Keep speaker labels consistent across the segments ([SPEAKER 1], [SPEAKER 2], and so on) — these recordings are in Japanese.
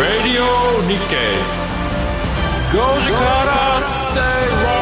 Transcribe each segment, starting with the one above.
[SPEAKER 1] Radio Nikkei. Goji Kara Seiwa.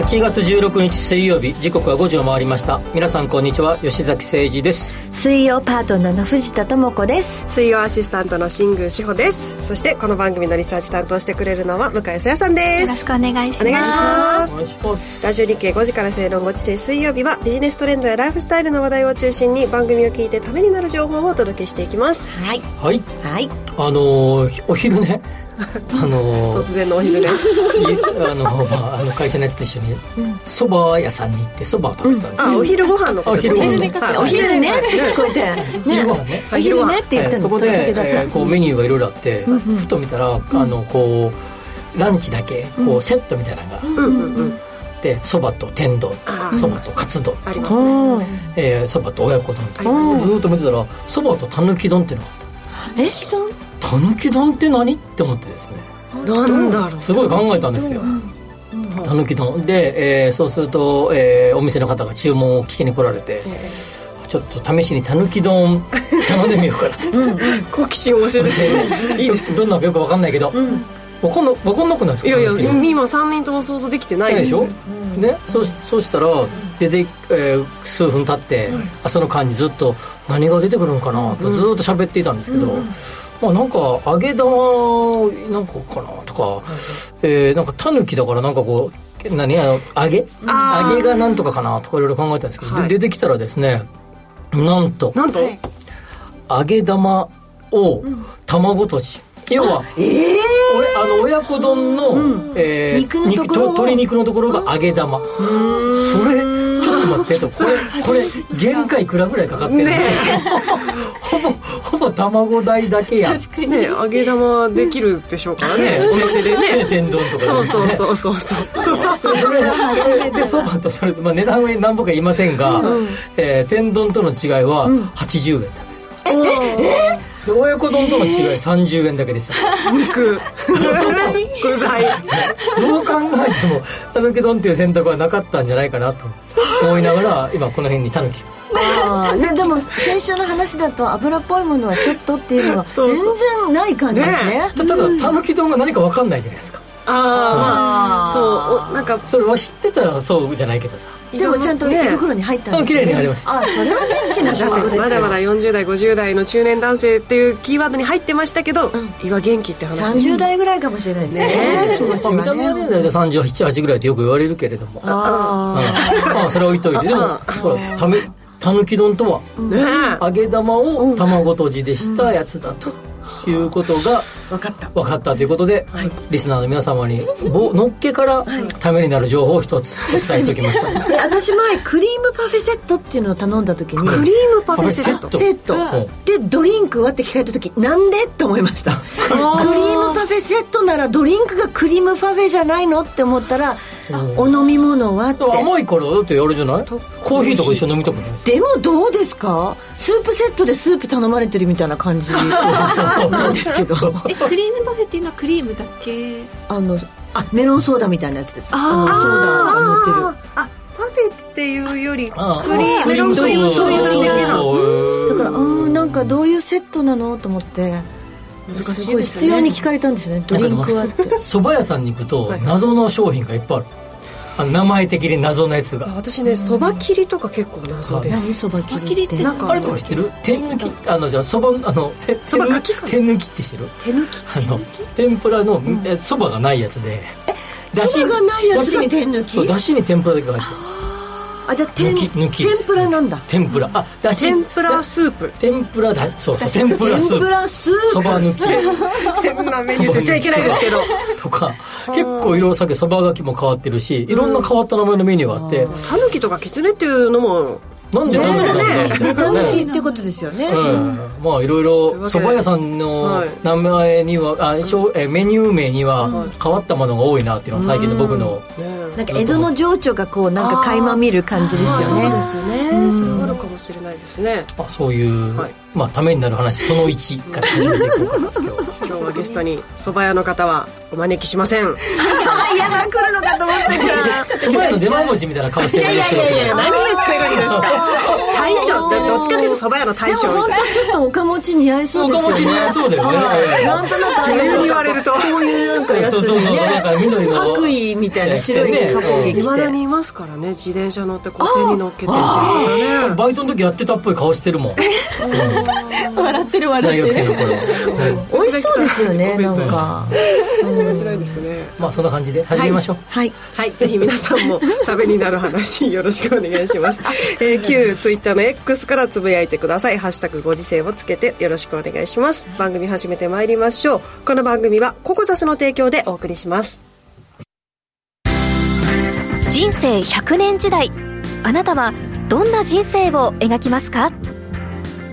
[SPEAKER 2] 8月16日水曜日時刻は5時を回りました皆さんこんにちは吉崎誠二です
[SPEAKER 3] 水曜パートナーの藤田智子です
[SPEAKER 4] 水曜アシスタントの新宮志保ですそしてこの番組のリサーチ担当してくれるのは向井沙耶さんで
[SPEAKER 3] よろし
[SPEAKER 4] す
[SPEAKER 3] くお願いします
[SPEAKER 4] お願いしま
[SPEAKER 2] お
[SPEAKER 4] す
[SPEAKER 2] 願いします
[SPEAKER 4] ラジオ日経5時から正論ご時世水曜日はビジネストレンドやライフスタイルの話題を中心に番組を聞いてためになる情報をお届けしていきます
[SPEAKER 3] はい
[SPEAKER 2] はい
[SPEAKER 3] はい
[SPEAKER 2] あのーお昼ねあの
[SPEAKER 4] 突
[SPEAKER 2] ー
[SPEAKER 4] 然のお昼
[SPEAKER 2] い
[SPEAKER 4] 寝
[SPEAKER 2] あのまあ、あの会社のやつと一緒にそば、屋さんに行ってそばを食べてたんです
[SPEAKER 4] あ
[SPEAKER 2] よ、
[SPEAKER 4] お昼ご飯のことです
[SPEAKER 2] お昼
[SPEAKER 4] ね
[SPEAKER 3] 昼
[SPEAKER 2] 寝
[SPEAKER 3] 寝
[SPEAKER 2] か
[SPEAKER 3] かっ
[SPEAKER 4] はい
[SPEAKER 3] てお昼ね
[SPEAKER 4] はい
[SPEAKER 3] 聞こえて
[SPEAKER 2] 昼ご飯
[SPEAKER 3] ね
[SPEAKER 2] ね
[SPEAKER 3] お昼ねって言って
[SPEAKER 2] はいそ
[SPEAKER 3] んの
[SPEAKER 2] こ
[SPEAKER 3] 届
[SPEAKER 2] で、
[SPEAKER 3] けだった
[SPEAKER 2] えーこうメニューがいろいろあって、ふと見たら、あのこうランチだけこうセットみたいなのがあ
[SPEAKER 4] うんうんうん
[SPEAKER 2] ってそば、と天丼と
[SPEAKER 4] あ
[SPEAKER 2] か
[SPEAKER 4] ー
[SPEAKER 2] そばとカツ丼
[SPEAKER 4] ありますね
[SPEAKER 3] おー
[SPEAKER 2] えーそば、と親子丼と
[SPEAKER 4] あります
[SPEAKER 2] か
[SPEAKER 4] ね
[SPEAKER 2] ずーっと見てたらそばとたぬき丼っていうのがあった
[SPEAKER 3] え
[SPEAKER 2] たぬき丼って何って思ってですね
[SPEAKER 4] なんだろう
[SPEAKER 2] すごい考えたんですよたぬき丼で、えーそうすると、えーお店の方が注文を聞きに来られて、ちょっと試しにたぬき丼 頼んでみようか な
[SPEAKER 4] 好奇心旺盛ですねいいですね
[SPEAKER 2] どんなのかよくわかんないけど、わかんなわかんなくないですか
[SPEAKER 4] いやいや
[SPEAKER 2] たぬき丼
[SPEAKER 4] 今3人とも想像できてない
[SPEAKER 2] ないで
[SPEAKER 4] で
[SPEAKER 2] すしょ、ね、そうしそうしたら出て、えー数分経って、あその間にずっと何が出てくるのかなとずっと喋っていたんですけど、まあ、なんか揚げ玉なんかかなとか、えーなんかタヌキだからなんかこう何あの揚げ
[SPEAKER 4] あー
[SPEAKER 2] 揚げがなんとかかなとかいろいろ考えたんですけど、で
[SPEAKER 4] はい
[SPEAKER 2] 出てきたらですねなんと
[SPEAKER 4] なんと
[SPEAKER 2] 揚げ玉を卵とじ、要は
[SPEAKER 3] ええ
[SPEAKER 2] 俺あの親子丼の、えー
[SPEAKER 3] 肉のところを
[SPEAKER 2] 鶏肉のところが揚げ玉それちょっと待ってとこれこれ限界いくらぐらいかかってるの、
[SPEAKER 4] ね
[SPEAKER 2] ほぼほぼ卵代だけやんね
[SPEAKER 4] ね揚げ玉できるでしょうから ねお店で
[SPEAKER 2] ね
[SPEAKER 4] ね
[SPEAKER 2] 天丼とかで
[SPEAKER 4] そうそうそうそうそう
[SPEAKER 2] それそれでそばとそれで、まあ、値段は何ぼか言いませんが、えー天丼との違いは80円だけです、で親子丼との違い30円だけでした
[SPEAKER 4] 肉具材
[SPEAKER 2] どう考えてもたぬき丼っていう選択はなかったんじゃないかなと思いながら今この辺にたぬき
[SPEAKER 3] あーねでも先週の話だと油っぽいものはちょっとっていうのは
[SPEAKER 4] そ
[SPEAKER 3] 全
[SPEAKER 4] うそう
[SPEAKER 3] 然ない感じですね
[SPEAKER 4] ね
[SPEAKER 2] たただたぬき丼が何か分かんないじゃないですか
[SPEAKER 4] ああまあそうおなんか
[SPEAKER 2] それは知ってたらそうじゃないけどさ
[SPEAKER 3] でもちゃんと
[SPEAKER 4] ね
[SPEAKER 3] 手袋に入ったんですよ
[SPEAKER 2] うん綺麗に入りました
[SPEAKER 3] あそれは元気な証拠ですよ
[SPEAKER 4] まだまだ40代50代の中年男性っていうキーワードに入ってましたけど、胃は元気って話で
[SPEAKER 3] 30代ぐらいかもしれないですね気持ち
[SPEAKER 2] まあ見た目は
[SPEAKER 3] が
[SPEAKER 2] ね
[SPEAKER 3] ね
[SPEAKER 2] 大体378ぐらいってよく言われるけれどもうん
[SPEAKER 3] あ
[SPEAKER 2] まあそれは置いといてでもほらためたぬき丼とは
[SPEAKER 4] ね
[SPEAKER 2] 揚げ玉を卵とじでしたやつだということが
[SPEAKER 3] あ分かった
[SPEAKER 2] 分かったということで、リスナーの皆様にぼのっけからためになる情報を一つお伝えしておきました
[SPEAKER 3] で私前クリームパフェセットっていうのを頼んだ時に
[SPEAKER 4] クリームパフェセ
[SPEAKER 2] セ
[SPEAKER 4] ッ
[SPEAKER 2] ッ
[SPEAKER 4] ト
[SPEAKER 2] ト
[SPEAKER 3] セット
[SPEAKER 2] うん
[SPEAKER 3] でドリンクはって聞かれた時なんでって思いましたクリームパフェセットならドリンクがクリームパフェじゃないのって思ったらお飲み物はって
[SPEAKER 2] 甘いからだってあれじゃないコーヒーとか一緒に飲みたくないです
[SPEAKER 3] でもどうですかスープセットでスープ頼まれてるみたいな 感じなんですけど
[SPEAKER 5] えクリームパフェっていうのはクリームだけ
[SPEAKER 3] あのあメロンソーダみたいなやつですあのソーダが乗ってる
[SPEAKER 4] あパフェっていうよりク
[SPEAKER 2] ああ
[SPEAKER 4] リームメロンクリーム
[SPEAKER 2] そ
[SPEAKER 4] そうう
[SPEAKER 2] い
[SPEAKER 4] いうう
[SPEAKER 2] だ
[SPEAKER 4] だ
[SPEAKER 2] け
[SPEAKER 4] け
[SPEAKER 2] な
[SPEAKER 4] の
[SPEAKER 3] だからうんなんかどういうセットなのと思って
[SPEAKER 4] 難
[SPEAKER 3] すごい必要に聞かれたんですねドリンクはって
[SPEAKER 2] そば屋さんに行くと謎の商品がいっぱいあるあの名前的に謎のやつが
[SPEAKER 4] 私ねそば切りとか結構謎で
[SPEAKER 3] 何
[SPEAKER 4] す
[SPEAKER 3] そば切りって
[SPEAKER 4] なん
[SPEAKER 2] あ
[SPEAKER 4] か
[SPEAKER 2] れとか知ってる手抜きあのじゃあそばあの手
[SPEAKER 4] そばかきか
[SPEAKER 2] 手抜きって知ってる
[SPEAKER 4] 手抜き
[SPEAKER 2] あの天ぷらのえそばがないやつでだし
[SPEAKER 3] そばがないやつが
[SPEAKER 2] だしに
[SPEAKER 3] 手抜き
[SPEAKER 2] そうだしに天ぷらだけが入ってる
[SPEAKER 3] あじゃあ天
[SPEAKER 2] 抜き抜きです
[SPEAKER 3] 天ぷらなんだ
[SPEAKER 2] 天ぷらあだし
[SPEAKER 4] 天ぷらスープ
[SPEAKER 2] 天ぷらだそうそう天ぷらス
[SPEAKER 3] 天ぷ
[SPEAKER 2] ー
[SPEAKER 3] らスー
[SPEAKER 2] プ
[SPEAKER 3] プ
[SPEAKER 2] そば抜き
[SPEAKER 4] 変なメニューって言っちゃいけないですけど
[SPEAKER 2] とか結構いろいろさっきそばがきも変わってるしいろんな変わった名前のメニューがあって、
[SPEAKER 4] タヌキとかキツネっていうのも
[SPEAKER 2] なんで頼んだんだろうみたい
[SPEAKER 3] ネタ
[SPEAKER 2] なね
[SPEAKER 3] 抜きってことですよね、
[SPEAKER 2] うんまあいろい
[SPEAKER 4] という
[SPEAKER 2] ろ
[SPEAKER 4] わけ
[SPEAKER 2] そ
[SPEAKER 4] で
[SPEAKER 2] ば屋さんの
[SPEAKER 4] はい
[SPEAKER 2] 名前には、あしょうえメニュー名には変わったものが多いなっていうのは最近の僕の
[SPEAKER 4] ね
[SPEAKER 3] なんか江戸の情緒がこうなんか垣間見る感じで
[SPEAKER 4] まあ
[SPEAKER 3] すよ
[SPEAKER 4] そうで
[SPEAKER 3] ね
[SPEAKER 4] すよねそれはあるかもしれないですね
[SPEAKER 2] まあ、そういう、
[SPEAKER 4] はい
[SPEAKER 2] まあ、ためになる話その1から始めていこうかな今 日は
[SPEAKER 4] 今日はゲストに蕎麦屋の方はお招きしません
[SPEAKER 3] あ嫌だ来るのかと思ったじゃ ん
[SPEAKER 2] ちょっと出前文字みたいな顔し
[SPEAKER 4] い
[SPEAKER 2] てる
[SPEAKER 4] や
[SPEAKER 2] ん
[SPEAKER 4] い
[SPEAKER 2] です
[SPEAKER 4] やい
[SPEAKER 2] けど
[SPEAKER 4] やいや何を言ってるんですか大将だってどっちかっていうと蕎麦屋の
[SPEAKER 3] で
[SPEAKER 4] 大
[SPEAKER 3] も
[SPEAKER 4] 将み
[SPEAKER 3] 本
[SPEAKER 4] たいな
[SPEAKER 3] 当ちょっと岡持ち似合いそうですよね
[SPEAKER 2] 岡持ち似合いそうだよね
[SPEAKER 3] はいなんとなく
[SPEAKER 4] 急に言われると
[SPEAKER 3] こういうなんかやつ
[SPEAKER 2] そうそうそうなんか緑の
[SPEAKER 3] 白衣みたいな白い
[SPEAKER 2] ね
[SPEAKER 3] カポ着
[SPEAKER 4] いまだ
[SPEAKER 3] て
[SPEAKER 4] にいますからね自転車乗ってこう手に乗っけてる人がね
[SPEAKER 2] バイトの時やってたっぽい顔してるもん、
[SPEAKER 3] 笑ってる
[SPEAKER 2] 大
[SPEAKER 3] 笑
[SPEAKER 2] 学生の頃は、うん
[SPEAKER 3] 美味しそうですよねなんか
[SPEAKER 4] 面白いですね
[SPEAKER 2] まあそんな感じで始めましょう、
[SPEAKER 3] はい
[SPEAKER 4] はい、ぜひ皆さんも食べになる話よろしくお願いし ます。えー、旧ツイッターの X からつぶやいてください。ハッシュタグご時世をつけてよろしくお願いします。番組始めてまいりましょう。この番組はココザスの提供でお送りします。
[SPEAKER 6] 人生100年時代あなたはどんな人生を描きますか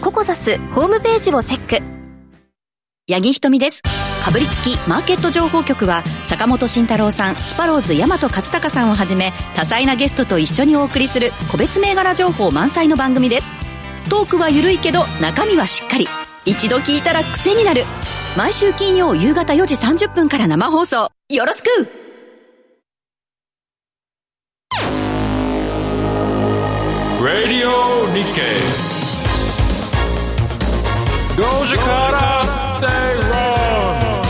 [SPEAKER 6] ココザスホームページをチェック
[SPEAKER 7] 八木ひとみです。かぶりつきマーケット情報局は坂本慎太郎さん、スパローズ大和勝孝さんをはじめ多彩なゲストと一緒にお送りする個別銘柄情報満載の番組です。トークは緩いけど中身はしっかり。一度聞いたら癖になる。毎週金曜夕方4時30分から生放送。よろしく
[SPEAKER 1] Radio Nikkei. Goji Kara Say Wrong.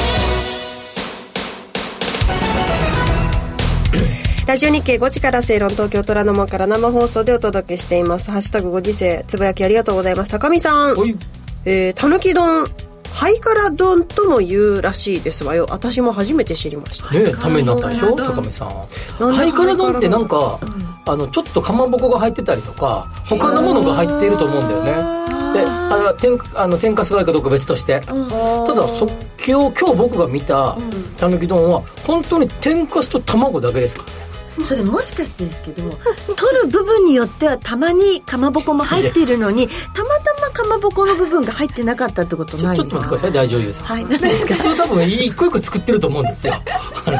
[SPEAKER 4] ラジオ日経5時から正論東京虎ノ門から生放送でお届けしています。ハッシュタグご時世、つぶやきありがとうございます。高見さん
[SPEAKER 2] お、い
[SPEAKER 4] えー、たぬき丼、ハイカラ丼とも言うらしいですわよ。私も初めて知りました。
[SPEAKER 2] ねためになったでしょ高見さんハイカラ丼ってなんか、あのちょっとかまぼこが入ってたりとか他のものが入っていると思うんだよねであれは天あの天かすがあるかどうか別として、ただ即興今日僕が見たたぬき丼は本当に天かすと卵だけですか
[SPEAKER 3] それもしかしてですけど取る部分によってはたまにかまぼこも入っているのにたまたまかまぼこの部分が入ってなかったってこと
[SPEAKER 2] ちょ
[SPEAKER 3] な
[SPEAKER 2] ち
[SPEAKER 3] い
[SPEAKER 2] ょっ
[SPEAKER 3] で
[SPEAKER 2] と
[SPEAKER 3] す
[SPEAKER 2] 待ってく
[SPEAKER 3] か
[SPEAKER 2] ださい大女優さん
[SPEAKER 3] はい、なんですか
[SPEAKER 2] 普通多分一個一個作ってると思うん ですよあ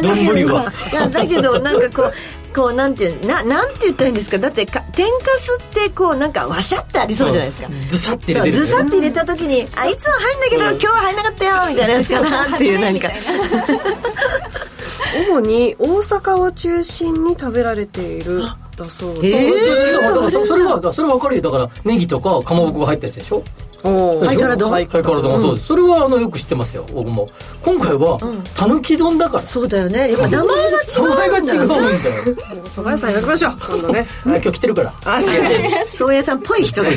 [SPEAKER 2] の
[SPEAKER 3] だけ
[SPEAKER 2] 丼
[SPEAKER 3] ど
[SPEAKER 2] はい
[SPEAKER 3] やだけどなんかこうこうなんていうななんて言ったらいいんですかだってか天かすってこうなんかわしゃってありそうじゃないですか、
[SPEAKER 2] ずさって入
[SPEAKER 3] そう
[SPEAKER 2] れてるん
[SPEAKER 3] ず
[SPEAKER 2] ですよ
[SPEAKER 3] さって入れた時に「あいつは入んだけど、今日は入んなかったよ」みたいなやつかなっていうなん か
[SPEAKER 4] 主に大阪を中心に食べられているだそう
[SPEAKER 2] え
[SPEAKER 4] で
[SPEAKER 2] 違うだからそそれはだからそれは分かるよだからネギとかかまぼこが入ったやつでしょ
[SPEAKER 4] おー
[SPEAKER 3] ハイカラ丼
[SPEAKER 2] ハイカラ丼もそうです、それはあのよく知ってますよ僕も今回はたぬき丼だから
[SPEAKER 3] そうだよねやっぱ名前が
[SPEAKER 2] 名前が違
[SPEAKER 3] 違うんだよ
[SPEAKER 2] うん
[SPEAKER 3] ね
[SPEAKER 2] だよ
[SPEAKER 4] 蕎麦屋さん選びましょう今度ね
[SPEAKER 2] 今日来てるから
[SPEAKER 4] あ違う
[SPEAKER 3] 宗谷さんっぽい人がね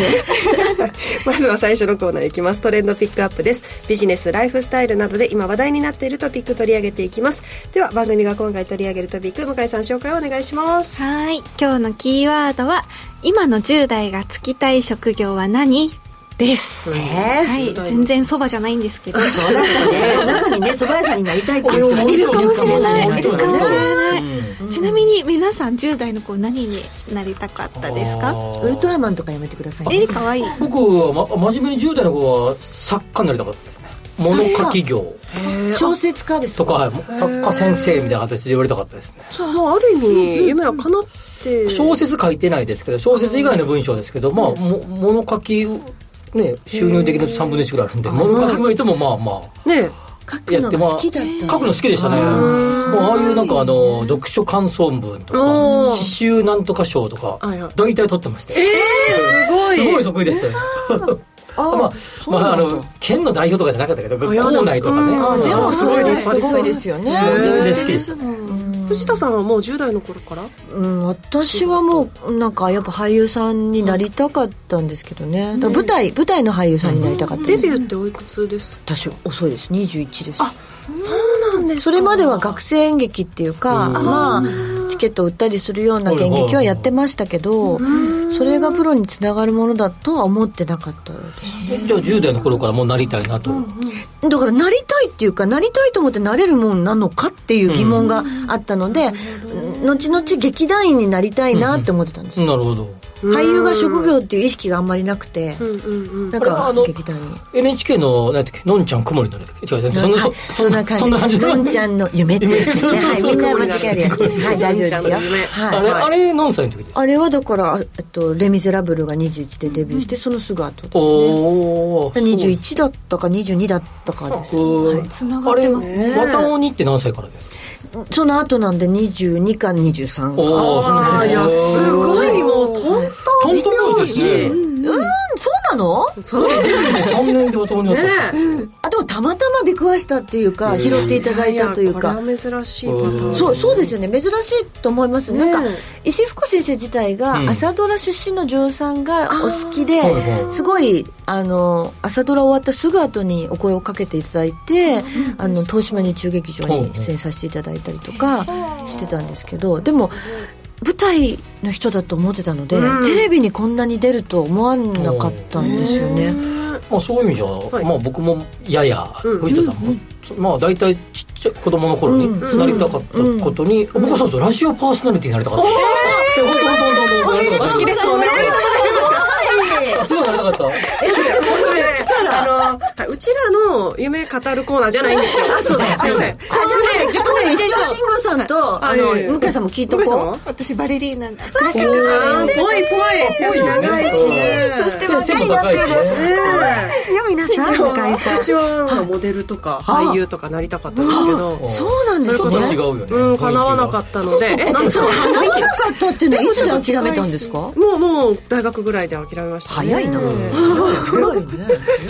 [SPEAKER 4] まずは最初のコーナーいきますトレンドピックアップですビジネスライフスタイルなどで今話題になっているトピック取り上げていきますでは番組が今回取り上げるトピック向井さん紹介をお願いします
[SPEAKER 5] はい今日のキーワードは「今の10代がつきたい職業は何?」です、
[SPEAKER 3] ね
[SPEAKER 5] はい、全然そばじゃないんですけど
[SPEAKER 3] そうだったね中にね蕎麦屋さんになりたいっていう人が
[SPEAKER 2] い
[SPEAKER 3] い
[SPEAKER 2] る
[SPEAKER 3] る
[SPEAKER 2] か
[SPEAKER 3] か
[SPEAKER 2] も
[SPEAKER 3] も
[SPEAKER 2] し
[SPEAKER 3] し
[SPEAKER 2] れ
[SPEAKER 3] れ
[SPEAKER 2] な
[SPEAKER 3] ないい
[SPEAKER 2] いるかもしれ
[SPEAKER 5] ないちなみに皆さん10代の子何になりたかったですか
[SPEAKER 3] ウルトラマンとかやめてください
[SPEAKER 5] え
[SPEAKER 3] ね
[SPEAKER 5] かわいい
[SPEAKER 2] 僕は、ま、真面目に10代の子は作家になりたかったですね物書き業
[SPEAKER 3] 小説家です
[SPEAKER 2] とか、はい作家先生みたいな形で言われたかったですね
[SPEAKER 4] もうある意味夢は叶って
[SPEAKER 2] 小説書いてないですけど小説以外の文章ですけど、まあ、も物書きね収入的なと3分の1ぐらいあるんで物書きはいてもまあまあ
[SPEAKER 4] ね
[SPEAKER 3] 書くのが好きだった
[SPEAKER 2] 書くの好きでしたね。もうああいうなんかあの読書感想文とか
[SPEAKER 4] おー
[SPEAKER 2] 詩集なんとか賞とか
[SPEAKER 4] はいはい
[SPEAKER 2] 大体取ってまして。
[SPEAKER 4] すご
[SPEAKER 2] すごい得意でしたよ。 まあ、まあ、あの県の代表とかじゃなかったけど、
[SPEAKER 4] あいや
[SPEAKER 2] 校内とかね。
[SPEAKER 4] うんあでもすごい立派です
[SPEAKER 3] ごいですよね
[SPEAKER 2] 全然好きでした。
[SPEAKER 4] 藤田さんはもう10代の頃から
[SPEAKER 3] うん、私はもうなんかやっぱ俳優さんになりたかったんですけどね、だから舞台舞台の俳優さんになりたかった
[SPEAKER 4] デ
[SPEAKER 3] です、
[SPEAKER 4] ビューっておいくつですか
[SPEAKER 3] 私遅いです21です
[SPEAKER 4] そうなんです
[SPEAKER 3] それまでは学生演劇っていうかまあケットを売ったりするような現役はやってましたけど、それがプロにつながるものだとは思ってなかったです
[SPEAKER 2] じゃあ10代の頃からもうなりたいなと、
[SPEAKER 3] だからなりたいっていうかなりたいと思ってなれるもんなのかっていう疑問があったので、後々劇団員になりたいなって思ってたんですよ、
[SPEAKER 2] なるほど
[SPEAKER 3] 俳優が職業っていう意識があんまりなくて、なん
[SPEAKER 2] これは
[SPEAKER 3] か
[SPEAKER 2] あの
[SPEAKER 3] 劇団員
[SPEAKER 2] NHK の何だっけのんちゃん曇りになるだっけ違う違うそんな
[SPEAKER 3] はい
[SPEAKER 2] そんなそんな感じ
[SPEAKER 3] のんちゃんの夢っていうやつねはいみんな間違えるやつねはい大丈夫ですよはい
[SPEAKER 2] あれ、あれ何歳の時ですか
[SPEAKER 3] あれはだから、えっと、レ・ミゼラブルが21でデビューして、そのすぐ後ですね。
[SPEAKER 2] おお
[SPEAKER 3] 21だったか22だったかです。
[SPEAKER 5] つながってますね
[SPEAKER 2] あれ綿鬼って何歳からですか
[SPEAKER 3] その後なんで22か23か。
[SPEAKER 2] ああいや
[SPEAKER 4] すごいもうトン
[SPEAKER 2] トントンボーイですね
[SPEAKER 3] そうなの
[SPEAKER 4] そう
[SPEAKER 2] 3年で綿鬼だったんですね
[SPEAKER 3] あ、でもたまたま出くわしたっていうか、拾っていただいたというか。
[SPEAKER 4] これは珍しいパターン
[SPEAKER 3] そうそうですよね珍しいと思います、
[SPEAKER 4] ねえ
[SPEAKER 3] なんか石井福子先生自体が
[SPEAKER 2] うん
[SPEAKER 3] 朝ドラ出身の女優さんがお好きで、
[SPEAKER 2] はいはい
[SPEAKER 3] すごいあの朝ドラ終わったすぐ後にお声をかけていただいて、あの東島日中劇場に出演させていただいたりとかしてたんですけどでも舞台の人だと思ってたので、
[SPEAKER 4] うん
[SPEAKER 3] テレビにこんなに出るとは思わなかったんですよね。
[SPEAKER 2] まあ、そういう意味じゃ、
[SPEAKER 4] い
[SPEAKER 2] まあ、僕もやや
[SPEAKER 4] うん
[SPEAKER 2] 藤田さんも、まあ、大体ちっちゃい子供の頃に
[SPEAKER 3] う
[SPEAKER 2] なりたかったことに、僕はそうそうラジオパーソナリティになりたかった、えー、ほんとほんとほんとほんとなりたかった
[SPEAKER 4] 好きですおめでとうございます
[SPEAKER 2] あすごいなりたかった
[SPEAKER 4] これあのはいうちらの夢語るコーナーじゃないんですよ。あ、そうだ。すいま
[SPEAKER 3] あじゃあ
[SPEAKER 4] せん。
[SPEAKER 3] ね、じゃあね、一応慎吾さんと、
[SPEAKER 4] あ
[SPEAKER 3] あ
[SPEAKER 4] い
[SPEAKER 3] の、
[SPEAKER 4] やいや
[SPEAKER 3] 向井さんも聞いと
[SPEAKER 4] 向井さん
[SPEAKER 3] こう
[SPEAKER 4] は。
[SPEAKER 5] 私バレリーナクラシッ
[SPEAKER 4] ぽ
[SPEAKER 5] ク
[SPEAKER 4] いぽい。ぽい長いしね。
[SPEAKER 5] そして
[SPEAKER 2] 背も高いしね
[SPEAKER 5] ですよ皆さん向井さん
[SPEAKER 4] 私はモデルとか俳優とかなりたかったんですけど、
[SPEAKER 3] そうなんです
[SPEAKER 2] また違う
[SPEAKER 3] ね。
[SPEAKER 2] よね
[SPEAKER 4] うん叶わなかったので、え、なんで
[SPEAKER 3] そう、叶わなかったっていうのは、いつで諦めたんですか
[SPEAKER 4] もうもう大学ぐらいで諦めましたね。
[SPEAKER 3] 早いな。早いね。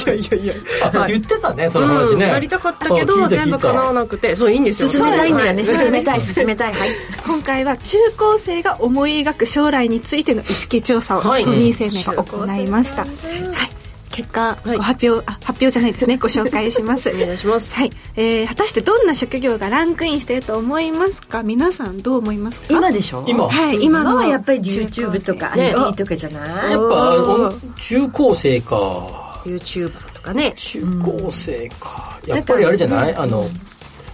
[SPEAKER 4] いやいやいや。
[SPEAKER 2] あ言ってたねその話ね、
[SPEAKER 4] うんなりたかったけ
[SPEAKER 2] あ聞
[SPEAKER 4] ど
[SPEAKER 2] いた
[SPEAKER 4] 全
[SPEAKER 2] 聞
[SPEAKER 4] 部
[SPEAKER 2] いた
[SPEAKER 4] 叶わなくてそういいんですよ
[SPEAKER 3] 進めたいんだよね。
[SPEAKER 4] そう
[SPEAKER 3] 進めたい、進めたい。はい。
[SPEAKER 5] 今回は中高生が思い描く将来についての意識調査をソ
[SPEAKER 4] はい
[SPEAKER 5] ニー生命が行いました、はい、結果
[SPEAKER 4] はい
[SPEAKER 5] ご発表あ発表じゃないですねご紹介します
[SPEAKER 4] お願いします
[SPEAKER 5] はいえー果たしてどんな職業がランクインしていると思いますか皆さんどう思いますか
[SPEAKER 3] 今でしょ
[SPEAKER 2] 今
[SPEAKER 5] はい今
[SPEAKER 3] 今
[SPEAKER 5] の
[SPEAKER 3] はやっぱり YouTube とか ID とかじゃない
[SPEAKER 2] やっぱあの中高生か
[SPEAKER 4] YouTuber とかね
[SPEAKER 2] 中高生か、やっぱりあれじゃない、あの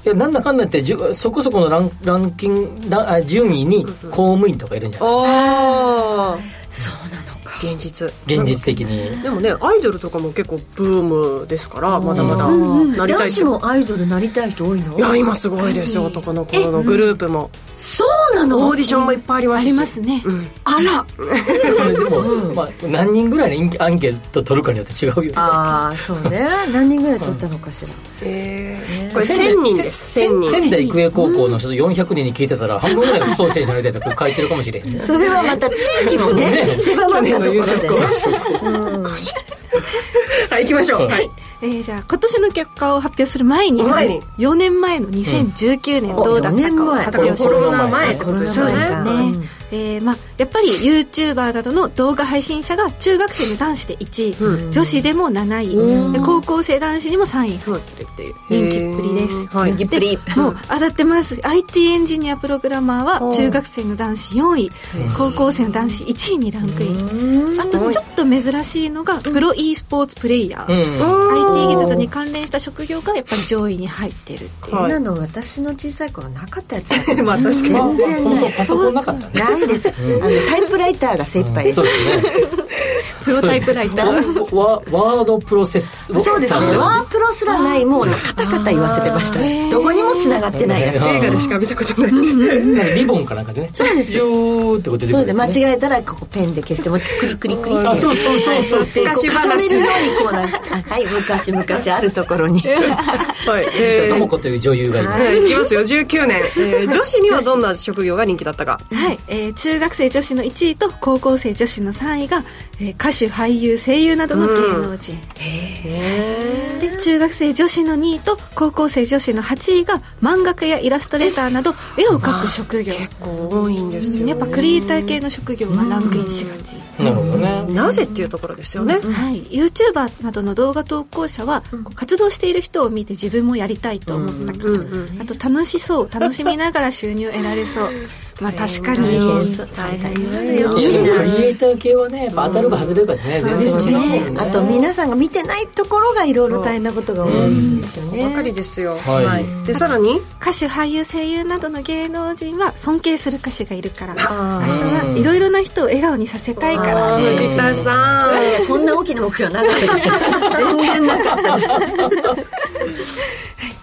[SPEAKER 2] いやなんだかんだ言ってじゅそこそこのランランキングランあ順位に公務員とかいるんじゃない
[SPEAKER 4] ああそうなのか現実
[SPEAKER 2] 現実的に
[SPEAKER 4] でもねアイドルとかも結構ブームですからまだまだなりた
[SPEAKER 3] 男
[SPEAKER 4] いって
[SPEAKER 3] 子もアイドルなりたい人多いの
[SPEAKER 4] いや今すごいですよ男の子のグループも
[SPEAKER 3] そうな
[SPEAKER 4] オ
[SPEAKER 3] の
[SPEAKER 4] ーディションもいっぱいありま
[SPEAKER 5] あ
[SPEAKER 4] すし
[SPEAKER 5] りますね、
[SPEAKER 4] うん
[SPEAKER 3] あら
[SPEAKER 2] でも、まあ、何人ぐらいのインアンケート取るかによって違うよね
[SPEAKER 3] ああ、そうね。何人ぐらい取ったのかしら。
[SPEAKER 4] えーこれ1000人です
[SPEAKER 2] 仙
[SPEAKER 4] 1000人
[SPEAKER 2] 仙台育英高校の人400人に聞いてたら半分ぐらいがスポーツ選手になりたいとか書いてるかもしれへんね
[SPEAKER 3] それはまた地域もね、狭まったところでね。
[SPEAKER 4] はい行きましょう
[SPEAKER 2] は
[SPEAKER 4] はいい
[SPEAKER 5] えーじゃあ今年の結果を発表する前に
[SPEAKER 4] 前に
[SPEAKER 5] 4年前の2019年どうだったかを発
[SPEAKER 2] これ
[SPEAKER 5] 表し
[SPEAKER 2] コ
[SPEAKER 5] ます
[SPEAKER 2] ロナ
[SPEAKER 4] 前
[SPEAKER 2] 前
[SPEAKER 4] っ
[SPEAKER 2] こ
[SPEAKER 4] てことです
[SPEAKER 5] そう
[SPEAKER 4] よ
[SPEAKER 5] で
[SPEAKER 4] ね
[SPEAKER 5] すね、えーまあ、やっぱり YouTuber などの動画配信者が中学生の男子で1位、女子でも7位、で高校生男子にも3位入ってるという人気っぷりです、
[SPEAKER 4] はい
[SPEAKER 3] 人気っぷり
[SPEAKER 5] もう当たってます IT エンジニアプログラマーは中学生の男子4位高校生の男子1位にランクインあとちょっと珍しいのがプロ e スポーツプレイヤー、
[SPEAKER 2] うん、
[SPEAKER 5] IT 技術に関連した職業がやっぱり上位に入ってるっていう、
[SPEAKER 3] こんなの私の小さい頃なかったやつだ から
[SPEAKER 4] まあ確かに
[SPEAKER 2] まあ、まあ
[SPEAKER 3] 全然な
[SPEAKER 2] そも
[SPEAKER 3] い
[SPEAKER 2] そもパソコンなかったね
[SPEAKER 3] ないです、あのタイプライターが精一
[SPEAKER 2] う
[SPEAKER 3] 杯で
[SPEAKER 2] んそ
[SPEAKER 3] す、
[SPEAKER 2] うですね
[SPEAKER 5] プロタイプライター
[SPEAKER 2] ーワワードプロセス
[SPEAKER 3] そうですねワープロすらないもうカタカタ言わせてました
[SPEAKER 5] へー
[SPEAKER 3] どこにもつながってないやつ
[SPEAKER 4] 映画でしか見たことないですね
[SPEAKER 2] リボンかなんかでね
[SPEAKER 3] そうです
[SPEAKER 2] ジューってこと出て
[SPEAKER 3] そ
[SPEAKER 2] く
[SPEAKER 3] う
[SPEAKER 2] る
[SPEAKER 3] で
[SPEAKER 2] やつ
[SPEAKER 3] 間
[SPEAKER 2] ね
[SPEAKER 3] 違えたらここペンで消してもうクリクリクリ
[SPEAKER 2] あそうそうそうそう
[SPEAKER 3] でこう重ね
[SPEAKER 4] 昔話
[SPEAKER 3] るようにこうなんかあはい昔昔あるところに
[SPEAKER 4] はいえー
[SPEAKER 2] ともこという女優がいます
[SPEAKER 4] はい、いきますよ19年、えー女子にはどんな職業が人気だったか
[SPEAKER 5] はい、えー中学生女子の1位と高校生女子の3位が、えー歌手俳優声優などの芸能人、で中学生女子の2位と高校生女子の8位が漫画家やイラストレーターなど絵を描く職業
[SPEAKER 4] 多いんです
[SPEAKER 5] やっぱクリエイター系の職業がランクインしがち、
[SPEAKER 2] なるほどね
[SPEAKER 4] なぜっていうところですよね、
[SPEAKER 5] はい、YouTuber などの動画投稿者は、こう活動している人を見て 自分もやりたいと思ったこと、あと楽しそう楽しみながら収入を得られそうまあ確か
[SPEAKER 3] 大
[SPEAKER 5] に
[SPEAKER 3] 変そう大変なのよ
[SPEAKER 2] 特にクリエイター系はね、やっぱ当たるか外れるかでね、全
[SPEAKER 3] そ
[SPEAKER 2] 然
[SPEAKER 3] う
[SPEAKER 2] 違い
[SPEAKER 3] で
[SPEAKER 2] ますすよ
[SPEAKER 3] ね
[SPEAKER 2] ね。
[SPEAKER 3] あと皆さんが見てないところがいろいろ大変なことが多いんですよ
[SPEAKER 4] ばか
[SPEAKER 3] ね
[SPEAKER 4] りですよ、
[SPEAKER 2] はい
[SPEAKER 4] でさらに
[SPEAKER 5] 歌手俳優声優などの芸能人は尊敬する歌手がいるからあと
[SPEAKER 2] う
[SPEAKER 5] は
[SPEAKER 2] ん
[SPEAKER 5] いろいろな人を笑顔にさせたいから
[SPEAKER 4] あー藤田さん
[SPEAKER 3] こんな大きな目標はなかったです全然なかったです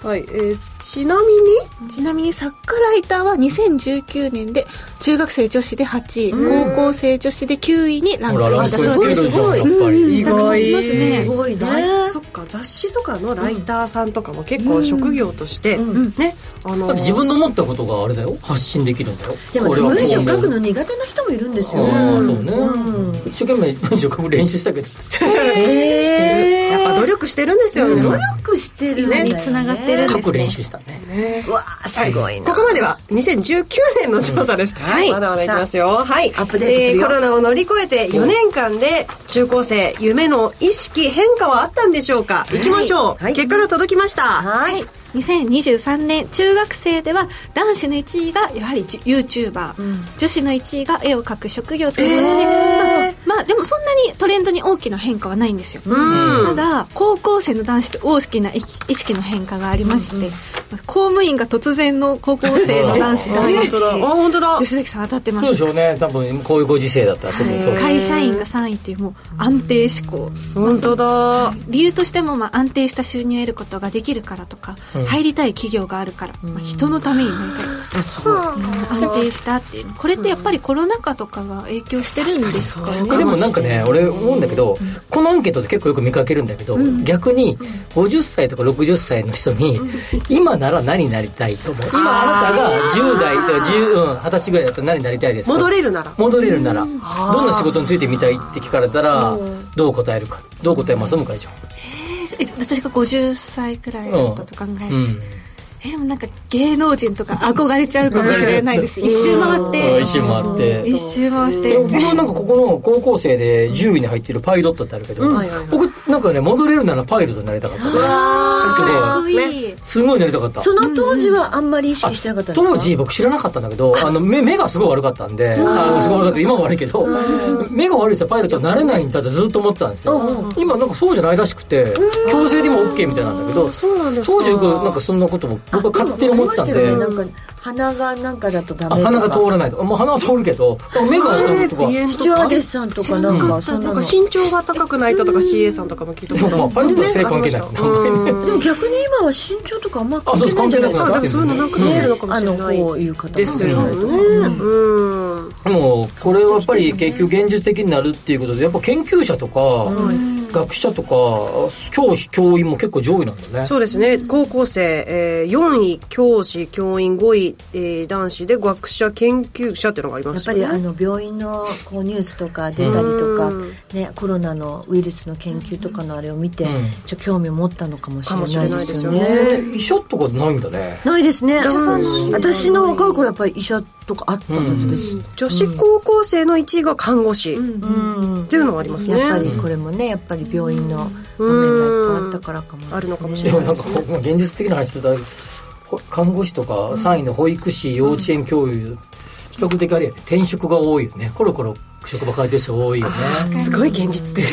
[SPEAKER 4] はい、えーちなみに
[SPEAKER 8] ちなみにサッカーライターは2019年で中学生女子で8位高校生女子で9位にラン
[SPEAKER 2] ほ
[SPEAKER 8] クイ
[SPEAKER 2] ら、
[SPEAKER 8] ン
[SPEAKER 2] ランクインしてるじゃん、やっぱり。
[SPEAKER 4] 意外います
[SPEAKER 3] すごいな、
[SPEAKER 4] そっか雑誌とかのライターさんとかも結構職業として、ねあの
[SPEAKER 2] だって自分の思ったことがあれだよ、発信できるんだよ。
[SPEAKER 3] でも
[SPEAKER 2] 俺は
[SPEAKER 3] 文
[SPEAKER 2] こう
[SPEAKER 3] 章
[SPEAKER 2] 思う
[SPEAKER 3] 書くの苦手な人もいるんですよ
[SPEAKER 2] ああ、そうね
[SPEAKER 3] うん。
[SPEAKER 2] 一生懸命文章書く練習したけど。
[SPEAKER 4] してるやっぱ努力してるんですよね、
[SPEAKER 3] 努力してるね
[SPEAKER 8] 今に繋がってる
[SPEAKER 2] 書く練習したね。
[SPEAKER 3] わあすごいな、
[SPEAKER 4] ここまでは2019年の調査です、
[SPEAKER 3] い
[SPEAKER 4] まだまだいきますよはい
[SPEAKER 3] アップデートするよ
[SPEAKER 4] コロナを乗り越えて4年間で中高生夢の意識変化はあったんでしょうかいきましょう、
[SPEAKER 3] はい
[SPEAKER 4] 結果が届きました、
[SPEAKER 3] はい
[SPEAKER 5] 2023年中学生では男子の1位がやはりじ YouTuber、女子の1位が絵を描く職業ということで、まあまあでもそんなにトレンドに大きな変化はないんですよ、ただ高校生の男子って大きな意識意識の変化がありまして、まあ公務員が突然の高校生の男子
[SPEAKER 4] あ
[SPEAKER 5] 第
[SPEAKER 4] 本当だあ
[SPEAKER 5] 1位
[SPEAKER 4] 本当だ
[SPEAKER 5] 吉崎さん当たってま
[SPEAKER 2] そうですしょうね、多分こういうご時世だったら特にそう。
[SPEAKER 5] 会社員が3位というもう安定志向、
[SPEAKER 4] 本当だ
[SPEAKER 5] 理由としてもまあ安定した収入を得ることができるからとか、
[SPEAKER 2] ん
[SPEAKER 5] 入りたい企業があるから、まあ、人のためになりたい、うん安定したっていうのこれってやっぱりコロナ禍とかが影響してるんですかね
[SPEAKER 2] でもなんかね俺思うんだけど、このアンケートって結構よく見かけるんだけど、逆に50歳とか60歳の人に、今なら何になりたいと思う今あなたが10代とか10うん20歳ぐらいだったら何になりたいですか
[SPEAKER 4] 戻れるなら
[SPEAKER 2] 戻れるなら、どんな仕事についてみたいって聞かれたら、どう答えるかどう答えます向井ちゃん
[SPEAKER 5] え私が50歳くらいだったと考えて、
[SPEAKER 2] うん
[SPEAKER 5] えでもなんか芸能人とか憧れちゃうかもしれないです一周回っ
[SPEAKER 2] うん
[SPEAKER 5] て
[SPEAKER 2] 一周回って
[SPEAKER 5] 一周回っ
[SPEAKER 2] で
[SPEAKER 5] て
[SPEAKER 2] 僕はなんかここの高校生で10位に入っているパイロットってあるけど、僕なんかね戻れるならパイロットになりたかったね
[SPEAKER 5] かっこいい、
[SPEAKER 2] すごいなりたかった
[SPEAKER 3] その当時はあんまり意識してなかったんですか
[SPEAKER 2] 当時僕知らなかったんだけどあの目目がすごい悪かったんであのすごい悪かった今は悪いけど目が悪い人はパイロットになれないんだってずっと思ってたんですよ今なんかそうじゃないらしくて強制でも OK みたいなんだけど当時よくなんかそんなことも僕は勝手に思ってたん
[SPEAKER 3] あ
[SPEAKER 2] で
[SPEAKER 3] もありましたよねなんか鼻がなんかだとダ
[SPEAKER 2] あ
[SPEAKER 3] メとか
[SPEAKER 2] 鼻が通らないとかもう鼻は通るけど目が通るとか
[SPEAKER 4] え
[SPEAKER 3] シチュアーデスさんとかなんかそんな
[SPEAKER 4] な
[SPEAKER 3] んの
[SPEAKER 4] か身長が高くないととか CA さんとかも聞いた
[SPEAKER 2] で
[SPEAKER 4] こ
[SPEAKER 2] も
[SPEAKER 4] と
[SPEAKER 2] まあパイロットは性関係ない
[SPEAKER 4] うん
[SPEAKER 3] でも逆に今は身長とかあんま関係ないんじゃないです
[SPEAKER 2] あそ
[SPEAKER 3] か
[SPEAKER 2] う
[SPEAKER 4] だ
[SPEAKER 2] で
[SPEAKER 4] か
[SPEAKER 2] す
[SPEAKER 4] そういうのなんか見えるのかも
[SPEAKER 3] あ
[SPEAKER 4] しれ
[SPEAKER 3] の
[SPEAKER 4] ない
[SPEAKER 3] こういう方
[SPEAKER 4] ですよねうん
[SPEAKER 2] でもこれはやっぱり結局現実的になるっていうことでやっぱ研究者とか学者とか教師教員も結構上位なんだね
[SPEAKER 4] そうですね高校生、えー、4位教師教員5位、えー、男子で学者研究者っていうのがありま
[SPEAKER 3] やっ
[SPEAKER 4] す
[SPEAKER 3] ぱ
[SPEAKER 4] よね
[SPEAKER 3] りあの病院のこうニュースとか出たりとか、ね、コロナのウイルスの研究とかのあれを見て、
[SPEAKER 2] ん
[SPEAKER 3] ちょっと興味を持ったのかもし
[SPEAKER 4] かもしれ
[SPEAKER 3] れ
[SPEAKER 4] な
[SPEAKER 3] ないい
[SPEAKER 4] で
[SPEAKER 3] ですす
[SPEAKER 4] よ
[SPEAKER 3] よ
[SPEAKER 4] ね
[SPEAKER 3] ね。
[SPEAKER 2] 医者とかないんだね
[SPEAKER 3] ないですね。
[SPEAKER 4] ん
[SPEAKER 3] 私の若い頃やっぱり医者とかあったはずです。
[SPEAKER 4] 女子高校生の1位が看護師、っ
[SPEAKER 3] うん
[SPEAKER 4] ていうのがありますね
[SPEAKER 3] やっぱりこれもね、やっぱり病院の場面がいっぱいあったからかも、
[SPEAKER 4] あるのかもし
[SPEAKER 2] でも
[SPEAKER 4] れない
[SPEAKER 2] なんかこう現実的な話するとほ看護師とか3位の保育士幼稚園教諭比較的あれやね転職が多いよねコロコロ職場変えてる人多いよね
[SPEAKER 4] すごい現実的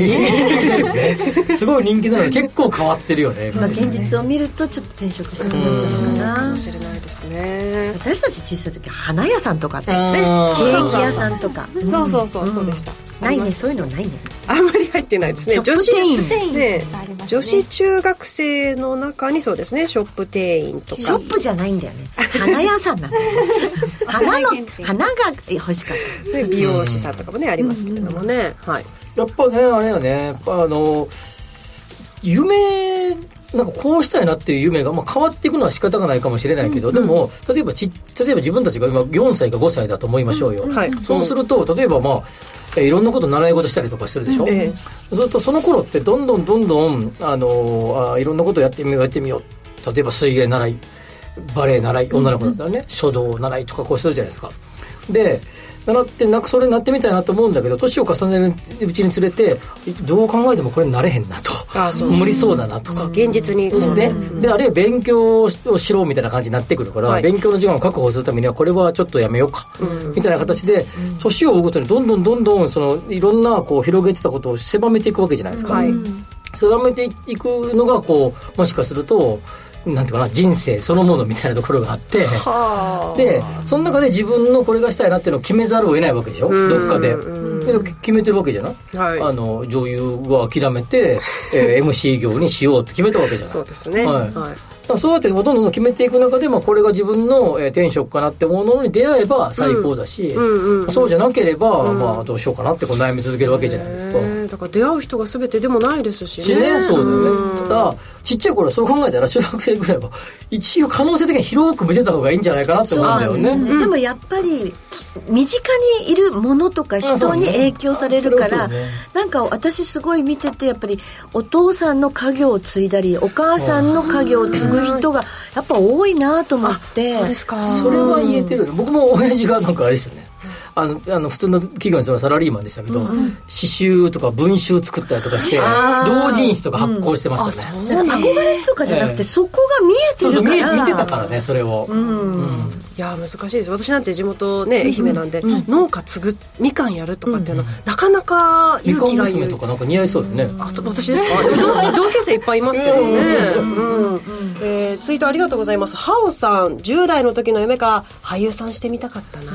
[SPEAKER 2] すごい人気なのに結構変わってるよね
[SPEAKER 3] まあ現実を見るとちょっと転職したくなっちゃうのかな。
[SPEAKER 4] しれないですね
[SPEAKER 3] 私たち小さい時花屋さんとかあったよね
[SPEAKER 2] うん
[SPEAKER 3] ケーキ屋さんとか、
[SPEAKER 4] そうそうそうそうでした、
[SPEAKER 3] ないねそういうのないね
[SPEAKER 4] あんまり入ってないですね
[SPEAKER 3] ショップ
[SPEAKER 4] 女子
[SPEAKER 3] 店員
[SPEAKER 4] ね
[SPEAKER 5] ありますね
[SPEAKER 4] 女子中学生の中にそうですねショップ店員とか
[SPEAKER 3] ショップじゃないんだよね花屋さん なんだよ花の花が欲しかっ
[SPEAKER 4] ね美容師さんとかもね、ありますけれどもね、はい
[SPEAKER 2] やっぱねあれよねやっぱあの夢なんかこうしたいなっていう夢が、まあ、変わっていくのは仕方がないかもしれないけど、でも例えばち例えば自分たちが今4歳か5歳だと思いましょうよ、
[SPEAKER 4] はい
[SPEAKER 2] そうすると例えばまあえーいろんなこと習い事したりとかしてるでしょ、
[SPEAKER 4] ええ
[SPEAKER 2] そうするとその頃ってどんどんどんどん、あのーあーいろんなことやってみようやってみよう例えば水泳習いバレエ習い女の子だったらね、書道習いとかこうするじゃないですかで習ってなんかそれになってみたいなと思うんだけど年を重ねるうちにつれてどう考えてもこれなれへんなと
[SPEAKER 4] あそう
[SPEAKER 2] 無理そうだなとか。
[SPEAKER 4] 現実に
[SPEAKER 2] ですね、であるいは勉強をしろみたいな感じになってくるから、
[SPEAKER 4] はい
[SPEAKER 2] 勉強の時間を確保するためにはこれはちょっとやめようか、みたいな形で年を追うごとにどんどんどんどんそのいろんなこう広げてたことを狭めていくわけじゃないですか、
[SPEAKER 4] はい
[SPEAKER 2] 狭めていくのがこうもしかするとなんていうかな人生そのものみたいなところがあってでその中で自分のこれがしたいなっていうのを決めざるを得ないわけでしょ
[SPEAKER 4] ん
[SPEAKER 2] どっかで
[SPEAKER 4] う
[SPEAKER 2] で決めてるわけじゃない、
[SPEAKER 4] はい
[SPEAKER 2] あの女優は諦めて、えー MC 業にしようって決めたわけじゃない
[SPEAKER 4] そうですね
[SPEAKER 2] はい
[SPEAKER 4] はい
[SPEAKER 2] だからそうやってどんどんどん決めていく中で、まあ、これが自分の、えー、転職かなって思うものに出会えば最高だし、
[SPEAKER 4] うんうん
[SPEAKER 2] そうじゃなければ、まあ、どうしようかなってこう悩み続けるわけじゃないですか。
[SPEAKER 4] ねだから出会う人が全てでもないですし
[SPEAKER 2] し
[SPEAKER 4] ね
[SPEAKER 2] ね、そうだよ
[SPEAKER 4] ん
[SPEAKER 2] ね。ただ、ちっちゃい頃はそう考えたら、中学生ぐらいは、一応可能性的には広く見せた方がいいんじゃないかなって思うんだよね。
[SPEAKER 3] ねでもやっぱり身近にいるものとか人に影響されるか
[SPEAKER 2] あ
[SPEAKER 3] ら、
[SPEAKER 2] そうね
[SPEAKER 3] なんか私すごい見ててやっぱりお父さんの家業を継いだりお母さんの家業を継ぐ人がやっぱ多いなと思ってそうですか
[SPEAKER 2] それは言えてるよね僕も親父がなんかあれでしたねあのあの普通の企業に勤めるサラリーマンでしたけど、詩集とか文集作ったりとかして同人誌とか発行してましたね、
[SPEAKER 3] 憧れとかじゃなくて、
[SPEAKER 2] ええ
[SPEAKER 3] そこが見えて
[SPEAKER 2] そうそ
[SPEAKER 3] る
[SPEAKER 2] う
[SPEAKER 3] か
[SPEAKER 2] 見え
[SPEAKER 3] ら
[SPEAKER 2] 見てたからねそれを、
[SPEAKER 4] いやー難しいです私なんて地元ね愛媛なんで、農家継ぐみかんやるとかっていうのは、なかなか
[SPEAKER 2] み
[SPEAKER 4] 勇
[SPEAKER 2] かん
[SPEAKER 4] 気がい
[SPEAKER 2] 娘
[SPEAKER 4] る
[SPEAKER 2] とかなんか似合いそうだよね、
[SPEAKER 4] あと私ですか同同級生いっぱいいますけどね、うんえーツイートありがとうございますハオさん10代の時の夢か俳優さんしてみたかったな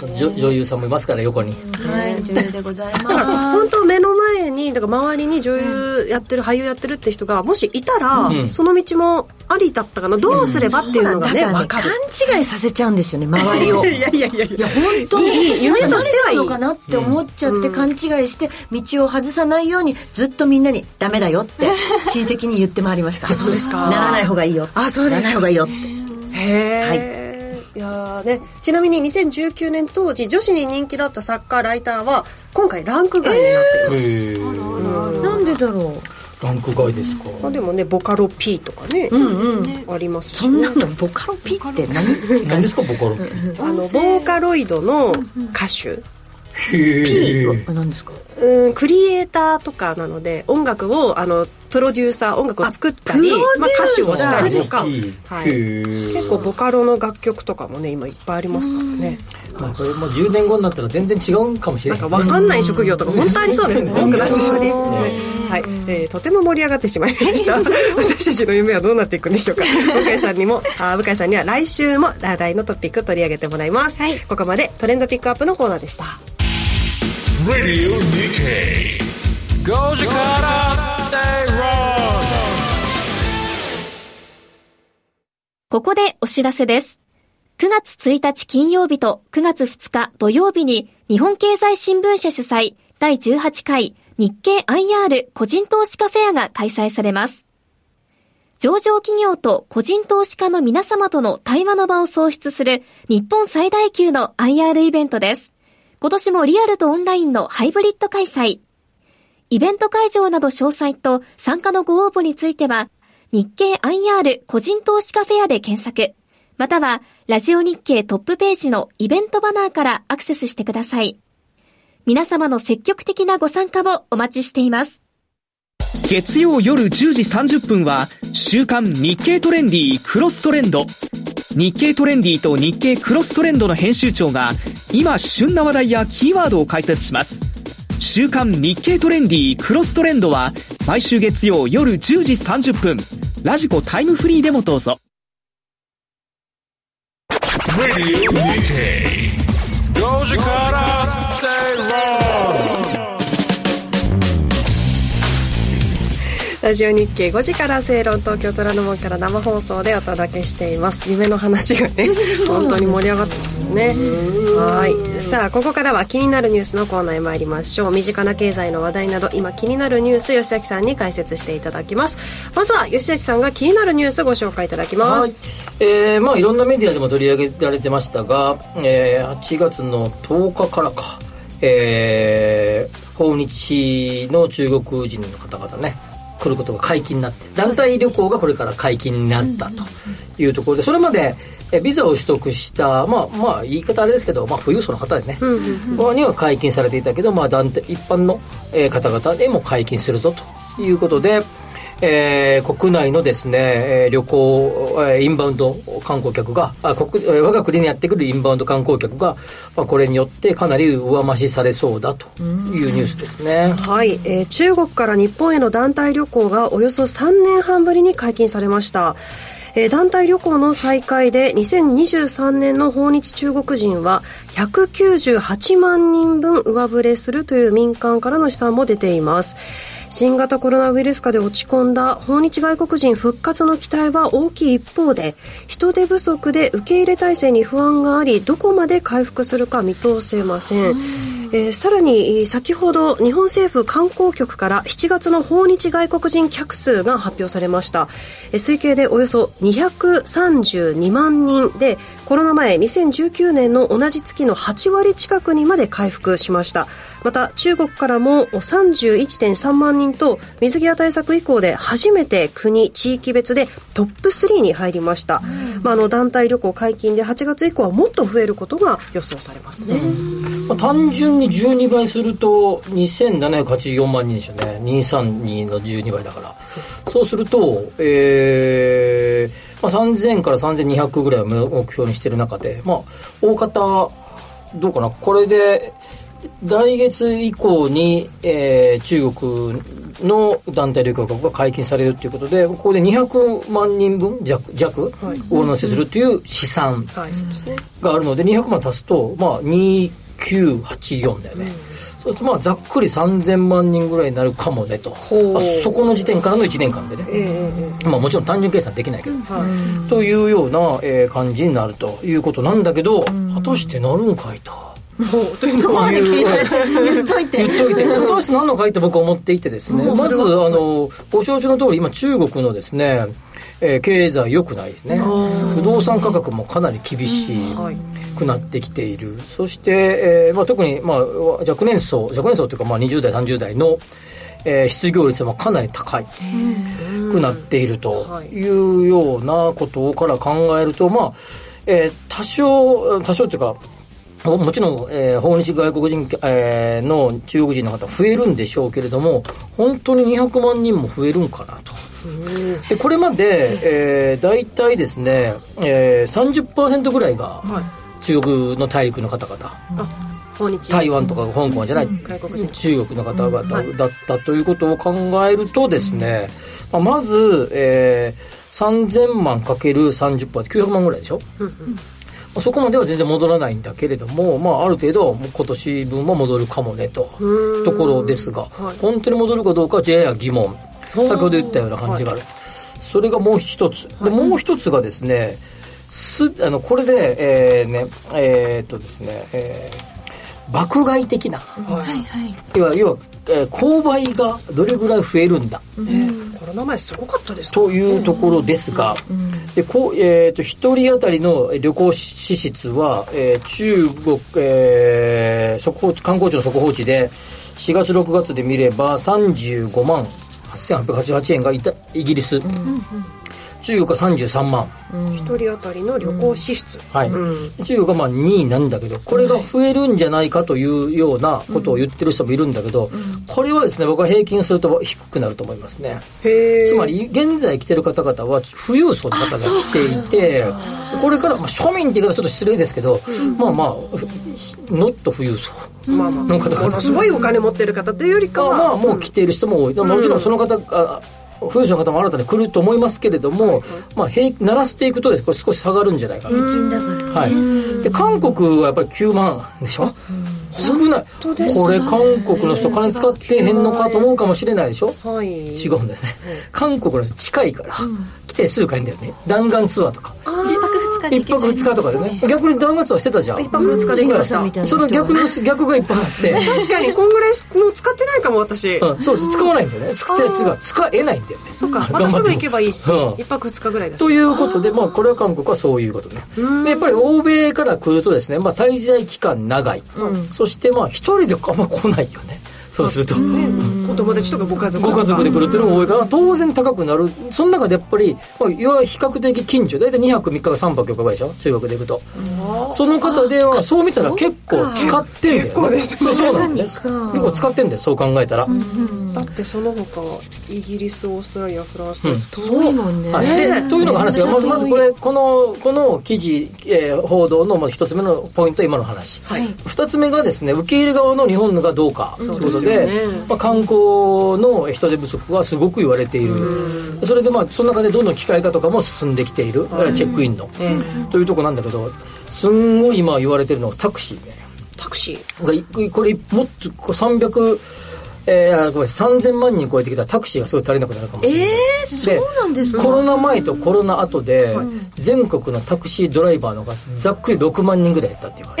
[SPEAKER 2] 女女優さんもいますから横に、
[SPEAKER 3] はい女優でござい
[SPEAKER 4] だ から
[SPEAKER 3] ま
[SPEAKER 4] 本当目の前にだから周りに女優やってる、俳優やってるって人がもしいたら、
[SPEAKER 2] うん
[SPEAKER 4] その道もありだったかなどうすればっていうのが
[SPEAKER 3] す
[SPEAKER 4] ね
[SPEAKER 3] だから
[SPEAKER 4] 分
[SPEAKER 3] ね
[SPEAKER 4] か
[SPEAKER 3] 勘
[SPEAKER 4] る
[SPEAKER 3] 違いさせちゃうんですよね 周りを
[SPEAKER 4] いやいやいやいや
[SPEAKER 3] 本当に
[SPEAKER 4] いい夢としてはいい
[SPEAKER 3] のかなって思っちゃって勘違いして道を外さないようにずっとみんなにダメだよって親戚に言ってまいりましたあ
[SPEAKER 4] そうですか
[SPEAKER 3] ならない方がいいよ
[SPEAKER 4] あそうです
[SPEAKER 3] な
[SPEAKER 4] か
[SPEAKER 3] らない方がいいよって
[SPEAKER 4] へえ、い、やーねちなみに2019年当時女子に人気だった作家ライターは今回ランク外になっています、
[SPEAKER 2] え
[SPEAKER 3] なんでだろう
[SPEAKER 2] ランク外ですか、
[SPEAKER 4] まあ、でもねボカロ P とかね、ありますし
[SPEAKER 3] そんなのボカロピって何
[SPEAKER 2] 何ですかボカロ
[SPEAKER 4] あのボーカロイドの歌手、
[SPEAKER 2] へえ
[SPEAKER 3] 何ですか
[SPEAKER 4] うん、クリエイターとかなので音楽をあのプロデューサー音楽を作ったり
[SPEAKER 3] あプロデューサー
[SPEAKER 4] まあ、歌手をしたりとか、は、
[SPEAKER 2] はい
[SPEAKER 4] 結構ボカロの楽曲とかもね今いっぱいありますからね
[SPEAKER 2] まあ、これもう10年後になったら全然違うかもしれ
[SPEAKER 4] なん
[SPEAKER 2] ない
[SPEAKER 4] か分かんない職業とか本当ありそうですね。
[SPEAKER 2] うん
[SPEAKER 4] 多くなってそうですね。はい、えーとても盛り上がってしまいま した。私たちの夢はどうなっていくんでしょうか。向井さんにも、あー向井さんには来週もラダイのトピック取り上げてもらいます。ここまでトレンドピックアップのコーナーでした。
[SPEAKER 1] Radio Nikkei. Goji Kara Say Wrong.
[SPEAKER 6] ここでお知らせです。9月1日金曜日と9月2日土曜日に日本経済新聞社主催第18回日経 IR 個人投資家フェアが開催されます。上場企業と個人投資家の皆様との対話の場を創出する日本最大級の IR イベントです。今年もリアルとオンラインのハイブリッド開催。イベント会場など詳細と参加のご応募については、日経 IR 個人投資カフェアで検索、または、ラジオ日経トップページのイベントバナーからアクセスしてください。皆様の積極的なご参加をお待ちしています。
[SPEAKER 9] 月曜夜10時30分は週刊日経トレンディークロストレンド日経トレンディーと日経クロストレンドの編集長が今旬な話題やキーワードを解説します週刊日経トレンディークロストレンドは毎週月曜夜10時30分ラジコタイムフリーでもどうぞ
[SPEAKER 1] Radio Nikkei. Goji Kara Say Wrong.
[SPEAKER 4] ラジオ日経5時から正論東京虎ノ門から生放送でお届けしています夢の話が ね本当に盛り上がってますよねはいさあここからは気になるニュースのコーナーへ参りましょう身近な経済の話題など今気になるニュース吉崎さんに解説していただきますまずは吉崎さんが気になるニュースご紹介いただきま
[SPEAKER 2] はい
[SPEAKER 4] す、
[SPEAKER 2] えーまあ、いろんなメディアでも取り上げられてましたが、えー8月の10日からか、えー訪日の中国人の方々ね来ることが解禁になって団体旅行がこれから解禁になったというところでそれまでえビザを取得したまあまあ言い方あれですけど、まあ、富裕層の方でね、には解禁されていたけど、まあ、団体一般のえー方々でも解禁するぞということで。えー国内のですね、えー旅行、えーインバウンド観光客が、あ国えー我が国にやってくるインバウンド観光客が、まあ、これによってかなり上増しされそうだというニュースですね。
[SPEAKER 4] はい、えー中国から日本への団体旅行がおよそ3年半ぶりに解禁されました。えー団体旅行の再開で2023年の訪日中国人は198万人分上振れするという民間からの試算も出ています新型コロナウイルス禍で落ち込んだ訪日外国人復活の期待は大きい一方で人手不足で受け入れ体制に不安がありどこまで回復するか見通せませんえーさらにえー先ほど日本政府観光局から7月の訪日外国人客数が発表されましたえー推計でおよそ232万人でコロナ前2019年の同じ月の8割近くにまで回復しましたまた中国からもお31.3万人と水際対策以降で初めて国地域別でトップ3に入りました、まあ、あの団体旅行解禁で8月以降はもっと増えることが予想されますね、
[SPEAKER 2] まあ、単純に12倍すると2784万人でしたね232の12倍だからそうすると、えーまあ、3000から3200ぐらいを目標にしてる中で、まあ、大方どうかなこれで来月以降に、えー中国の団体旅行が解禁されるということでここで200万人分弱弱上乗せするという試算
[SPEAKER 4] はいそうですね
[SPEAKER 2] があるので200万足すと、まあ、2984だよね、そうするとまあざっくり3000万人ぐらいになるかもねとあそこの時点からの1年間でね、まあ、もちろん単純計算できないけど、というような、えー感じになるということなんだけど、果たしてなるんかいと。
[SPEAKER 3] そこまで計算して言っといて
[SPEAKER 2] 言っといて、果たして何のかいって僕は思っていてですね、まず、あの、ご承知の通り、今中国のですね、えー経済良くないですね。不動産価格もかなり厳しい。
[SPEAKER 4] はい
[SPEAKER 2] くなってきている。そして、えーまあ、特に、まあ、若年層、若年層というか、まあ、20代、30代の、えー失業率もかなり高い。くなっているというようなことから考えると、まあ、えー多少、多少というか、ももちろん、えー訪日外国人、えーの中国人の方増えるんでしょうけれども、本当に200万人も増えるんかなと。でこれまで、えー、大体ですね、えー、30%ぐらいが中国の大陸の方々、
[SPEAKER 4] 訪日
[SPEAKER 2] 台湾とか香港じゃない、
[SPEAKER 4] 外国人
[SPEAKER 2] 中国の方々だったということを考えるとですね、まあまず、えー、3000万かける30%で900万ぐらいでしょ、まあそこまでは全然戻らないんだけれども、まあ、ある程度はもう今年分は戻るかもねとところですが、本当に戻るかどうかはやや疑問先ほど言ったような感じがある、それがもう一つ、でもう一つがですねすあのこれで、えーねえーっとですね、えー爆買い的な、要は要は、えー購買がどれぐらい増えるんだ
[SPEAKER 4] コロナ前すごかったです
[SPEAKER 2] というところですが、でこうえー、と1人当たりの旅行支出は、えー中国、えー速報値観光庁の速報値で4月6月で見れば35万8888円がイタイギリス、中国が33万、
[SPEAKER 4] 一人当たりの旅行支出、
[SPEAKER 2] はい中国がまあ2位なんだけどこれが増えるんじゃないかというようなことを言ってる人もいるんだけど、これはですね僕は平均すると低くなると思いますね。
[SPEAKER 4] へ
[SPEAKER 2] つまり現在来てる方々は富裕層の方が来ていてこれから、まあ、庶民って言い方ちょっと失礼ですけど、まあまあノット富裕層
[SPEAKER 4] まあまあ
[SPEAKER 2] の方々
[SPEAKER 4] ものすごいお金持ってる方というよりか
[SPEAKER 2] が、
[SPEAKER 4] は、
[SPEAKER 2] まあ、もう来ている人も多い、もちろんその方が富裕層の方も新たに来ると思いますけれども、まあ、平鳴らしていくとですねこれ少し下がるんじゃないかなはい、で韓国はやっぱり9万でしょ少ないこれ韓国の人金使ってへんのかと思うかもしれないでしょ
[SPEAKER 4] はい
[SPEAKER 2] 違うんだよね、韓国の人近いから、来てすぐ帰るんだよね弾丸ツアーとか
[SPEAKER 8] 泊2日で
[SPEAKER 2] 一泊二日とかでね逆に弾丸ツアーしてたじゃん
[SPEAKER 4] 一泊二日で行きました
[SPEAKER 2] その逆の逆がいっぱいあって、
[SPEAKER 4] 確かにこんぐらいしもう使ってないかも私、
[SPEAKER 2] うん、そうです使わないんだよね使って違う使えないんだよね
[SPEAKER 4] そっかまたすぐ行けばいいし、
[SPEAKER 2] うん
[SPEAKER 4] 一泊二日ぐらいだし
[SPEAKER 2] ということで、まあ、これは韓国はそういうことね。で、やっぱり欧米から来るとですね、まあ、滞在期間長い。そして、まあ、一人であんま来ないよね。そうすると。
[SPEAKER 4] ねお友達とかご家族と
[SPEAKER 2] ご
[SPEAKER 4] か
[SPEAKER 2] 家族で来るっていうのが多いから当然高くなるその中でやっぱり、まあ、いわゆる比較的近所大体2泊3日が3泊4日ぐらいでしょ中学で行くとその方ではそう見たら結構使ってんだよ、ね、結構
[SPEAKER 4] です
[SPEAKER 2] そうそうなんです
[SPEAKER 3] 確かに
[SPEAKER 2] 結構使ってんだよそう考えたら、
[SPEAKER 4] だってその他イギリスオーストラリアフランスドイツと
[SPEAKER 3] 遠いもんね、
[SPEAKER 2] はい、でというのが話がまずまずこれこのこの記事、えー報道のまあ一つ目のポイントは今の話、
[SPEAKER 4] はい
[SPEAKER 2] 二つ目がですね受け入れ側の日本のがどうかということ
[SPEAKER 4] そう
[SPEAKER 2] で
[SPEAKER 4] ですよね
[SPEAKER 2] まあ、観光の人手不足はすごく言われているそれでまあその中でどんどん機械化とかも進んできている、チェックインの、というとこなんだけどすんごい今言われてるのがタクシーね
[SPEAKER 4] タクシー
[SPEAKER 2] がいこれもっとこう300えー、あごめん3000万人超えてきたらタクシーがすごい足りなくなるかもしれない、
[SPEAKER 3] えーそうなんですか
[SPEAKER 2] コロナ前とコロナ後で、全国のタクシードライバーのがざっくり6万人ぐらい減ったっていう話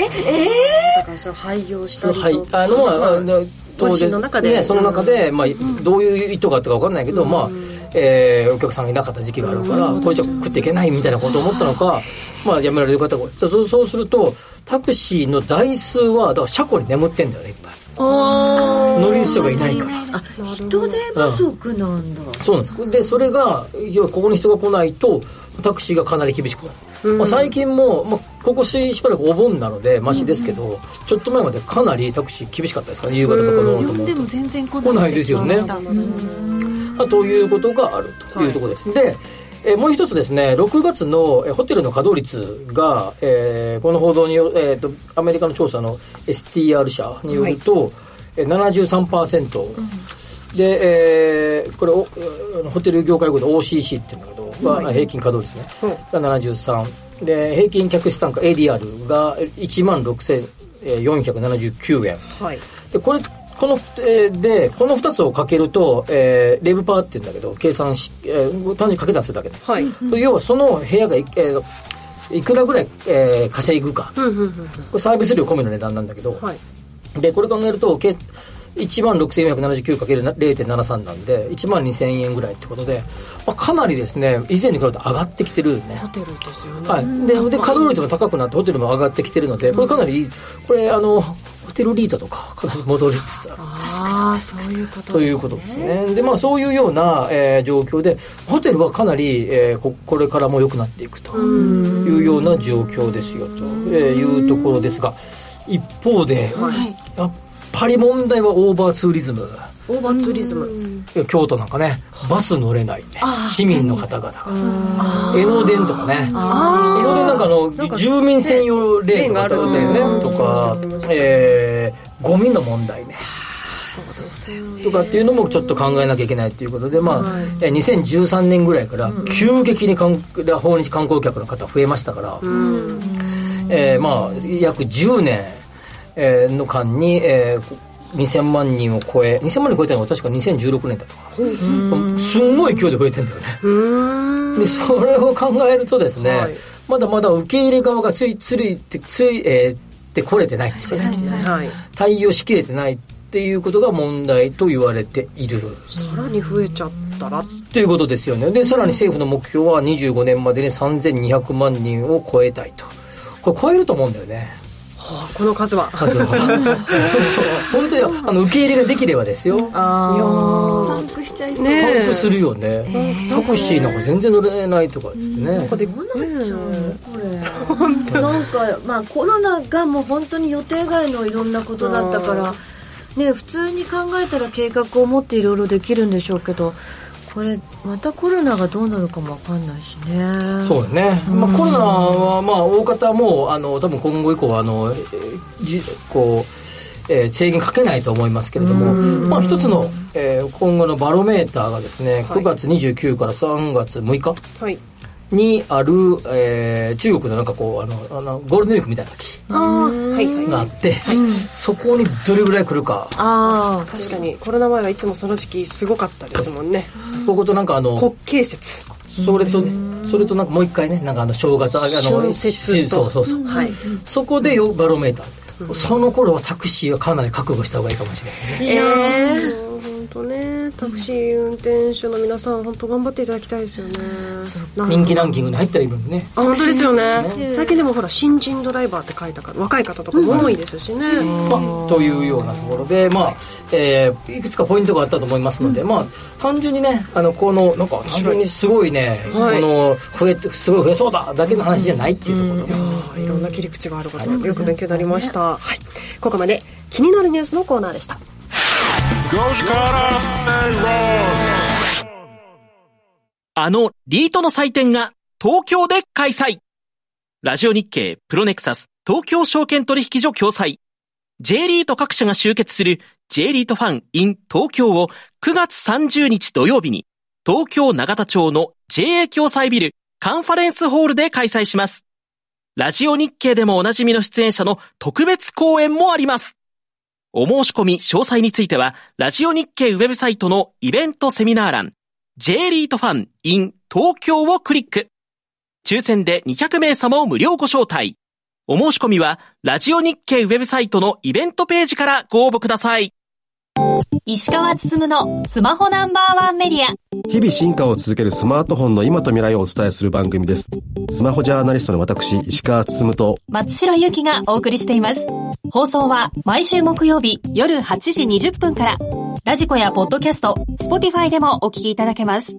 [SPEAKER 4] だからそれ廃業したりと
[SPEAKER 2] はい
[SPEAKER 4] か
[SPEAKER 2] あのまああの
[SPEAKER 4] 個人の中で
[SPEAKER 2] ね、その中で、まあ、どういう意図があったか分かんないけど、まあえーお客さんがいなかった時期があるから、当時は食っていけないみたいなことを思ったのか、まあ、やめられる方が多いそうそうするとタクシーの台数はだから車庫に眠ってんだよねいっぱい乗り捨てがいないから
[SPEAKER 3] あ人手不足なんだ、
[SPEAKER 2] そうなんですでそれが要はここに人が来ないとタクシーがかなり厳しくなる、まあ、最近も、まあ、ここししばらくお盆なのでマシですけど、ちょっと前までかなりタクシー厳しかったですから夕方とかどう
[SPEAKER 8] 呼
[SPEAKER 2] と思
[SPEAKER 8] ん
[SPEAKER 2] う
[SPEAKER 8] で
[SPEAKER 2] と
[SPEAKER 8] も全然来
[SPEAKER 2] 来
[SPEAKER 8] な
[SPEAKER 2] ないいですよね
[SPEAKER 8] 来ました
[SPEAKER 2] まあということがあるというところです。で、えーもう一つですね、6月の、えーホテルの稼働率が、えーこの報道によえーと、アメリカの調査の STR 社によると、えー73%、で、えーこれお、えーホテル業界ごと OCC って言うんだけど、が平均稼働率ね、が73。で、平均客室単価 ADR が1万6479円。
[SPEAKER 4] はい
[SPEAKER 2] でこれこの、えーでこの2つをかけると、えーレブパーって言うんだけど計算し、えー単純に掛け算するだけで、
[SPEAKER 4] はい
[SPEAKER 2] と要はその部屋がい,、えーいくらぐらい、えー稼ぐか、これサービス料込みの値段なんだけど、
[SPEAKER 4] はい
[SPEAKER 2] でこれ考えると計1万 6479×0.73 なんで1万2000円ぐらいってことで、まあ、かなりですね以前に比べて上がってきてるね
[SPEAKER 4] ホテルですよね
[SPEAKER 2] はい、でで稼働率も高くなってホテルも上がってきてるのでこれかなりいいこれあのホテルリートとかかなり戻りつつある
[SPEAKER 4] ああそういうこと
[SPEAKER 2] ということですねでまあそういうような、えー状況でホテルはかなり、えーここれからも良くなっていくというような状況ですよと、えーいうところですが一方で、やっぱり問題はオーバーツーリズム
[SPEAKER 4] オーバーツーリズム
[SPEAKER 2] 京都なんかねバス乗れないね市民の方々が江ノ電とかね江ノ電なんかあの住民専用レーンとかあったよねとか、えーゴミの問題ねとかっていうのもちょっと考えなきゃいけないということで、まあえー2013年ぐらいから急激に観光訪日観光客の方増えましたから、えーまあ、約10年、えーの間に、えーこ2000万人を超え2000万人超えたのは確か2016年だとかすんごい勢いで増えてんだよねでそれを考えるとですね、
[SPEAKER 4] はい
[SPEAKER 2] まだまだ受け入れ側がついついてつい、えーってこれてないっていうか
[SPEAKER 4] はい
[SPEAKER 2] 対応しきれてないっていうことが問題と言われている
[SPEAKER 4] さらに増えちゃったら
[SPEAKER 2] ということですよねでさらに政府の目標は25年までに3200万人を超えたいとこれ超えると思うんだよね
[SPEAKER 4] この数は
[SPEAKER 2] 数はそうそう本当にあの受け入れができればですよ
[SPEAKER 5] パンクしちゃいそう、
[SPEAKER 4] ねえ
[SPEAKER 2] パンクするよね、タクシーなんか全然乗れないとかっつってね、
[SPEAKER 4] で
[SPEAKER 3] これなんかまあコロナがもう本当に予定外のいろんなことだったからね普通に考えたら計画を持っていろいろできるんでしょうけどこれまたコロナがどうなるかもわかんないしね
[SPEAKER 2] そうだね、まあ、コロナは、まあ、大方もうあの多分今後以降はあのえーじこう、えー制限かけないと思いますけれども、まあ、一つの、えー今後のバロメーターがですね
[SPEAKER 4] は
[SPEAKER 2] 9
[SPEAKER 4] い
[SPEAKER 2] 月29から3月6日
[SPEAKER 4] はい
[SPEAKER 2] にある、えー中国のなんかこうあのあのゴールデンウィークみたいな時
[SPEAKER 4] はいはい
[SPEAKER 2] があって、そこにどれぐらい来るか
[SPEAKER 3] ああ
[SPEAKER 4] 確かにコロナ前はいつもその時期すごかったですもんね
[SPEAKER 2] こことなんかあの
[SPEAKER 4] 国慶節
[SPEAKER 2] それと、それとなんかもう一回ねなんかあの正月ああの
[SPEAKER 4] 春節と
[SPEAKER 2] そうそうそう、
[SPEAKER 4] はい
[SPEAKER 2] そこでよバロメーターその頃はタクシーはかなり覚悟した方がいいかもしれないね
[SPEAKER 4] いやー本当ねタクシー運転手の皆さん本当頑張っていただきたいですよね
[SPEAKER 2] 人気ランキングに入ったらいいのにね
[SPEAKER 4] あ本当ですよね最近でもほら新人ドライバーって書いたから若い方とかも多いですしね、
[SPEAKER 2] まあ、というようなところで、まあえー、いくつかポイントがあったと思いますので、まあ、単純にねあのこのなんか単純にすごいね、
[SPEAKER 4] は
[SPEAKER 2] こ
[SPEAKER 4] い
[SPEAKER 2] の増えてすごい増えそうだだけの話じゃないっていうところが、
[SPEAKER 4] あーいろんな切り口があること、よく勉強になりました、はい、ここまで気になるニュースのコーナーでした
[SPEAKER 9] あのリートの祭典が東京で開催ラジオ日経プロネクサス東京証券取引所共催 J リート各社が集結する J リートファン in 東京を9月30日土曜日に東京長田町の JA 共催ビルカンファレンスホールで開催します。ラジオ日経でもおなじみの出演者の特別講演もあります。お申し込み詳細については、ラジオ日経ウェブサイトのイベントセミナー欄、J リートファン in 東京をクリック。抽選で200名様を無料ご招待。お申し込みは、ラジオ日経ウェブサイトのイベントページからご応募ください。
[SPEAKER 6] 石川つつむのスマホナンバーワンメディア
[SPEAKER 10] 日々進化を続けるスマートフォンの今と未来をお伝えする番組です。スマホジャーナリストの私、石川進と、
[SPEAKER 6] 松代ゆきがお送りしています放送は毎週木曜日夜8時20分からラジコやポッドキャスト Spotify でもお聞きいただけます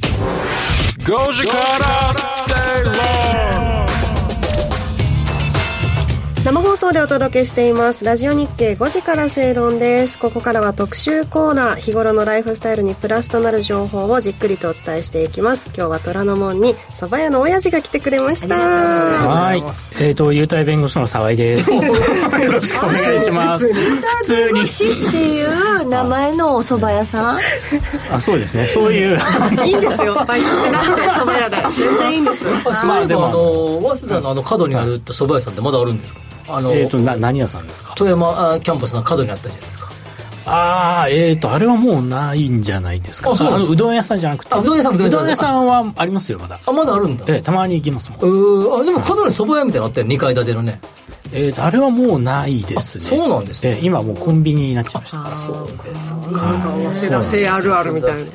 [SPEAKER 1] 5時から正論
[SPEAKER 4] 生放送でお届けしていますラジオ日経5時から正論ですここからは特集コーナー日頃のライフスタイルにプラスとなる情報をじっくりとお伝えしていきます今日は虎ノ門に蕎麦屋の親父が来てくれました
[SPEAKER 11] はい。えっ、と、優待弁護士の沢井です。よろしくお願いします。普通に。
[SPEAKER 3] しっていう名前のお蕎麦屋さん
[SPEAKER 11] あ、そう ですね。そういう。
[SPEAKER 4] いいんですよバイトしてなくて蕎麦屋で全然いいんです
[SPEAKER 2] あそういえばあの早稲田のあの角にあるって蕎麦屋さんってまだあるんですかあの、
[SPEAKER 11] えっ、と、な、何屋さんですか
[SPEAKER 2] 富山あキャンパスの角にあったじゃないですか
[SPEAKER 11] ああ、えっ、と、あれはもうないんじゃないですか。
[SPEAKER 2] あそうなんで
[SPEAKER 11] あの、
[SPEAKER 2] すか
[SPEAKER 11] うどん屋さんじゃなくて。
[SPEAKER 2] あうどん屋さんうどん屋さん
[SPEAKER 11] 屋さんはありますよ、まだ。
[SPEAKER 2] あまだあるんだ
[SPEAKER 11] ええたまに行きますもん。
[SPEAKER 2] うーあでも角に蕎麦屋みたいなのあったよ2階建てのね
[SPEAKER 11] えっ、と、あれはもうないですね。
[SPEAKER 2] あそうなんですね
[SPEAKER 11] ええ今もうコンビニになっちゃいました。
[SPEAKER 2] そうです
[SPEAKER 4] 早稲田生あるあるみたいな
[SPEAKER 2] だ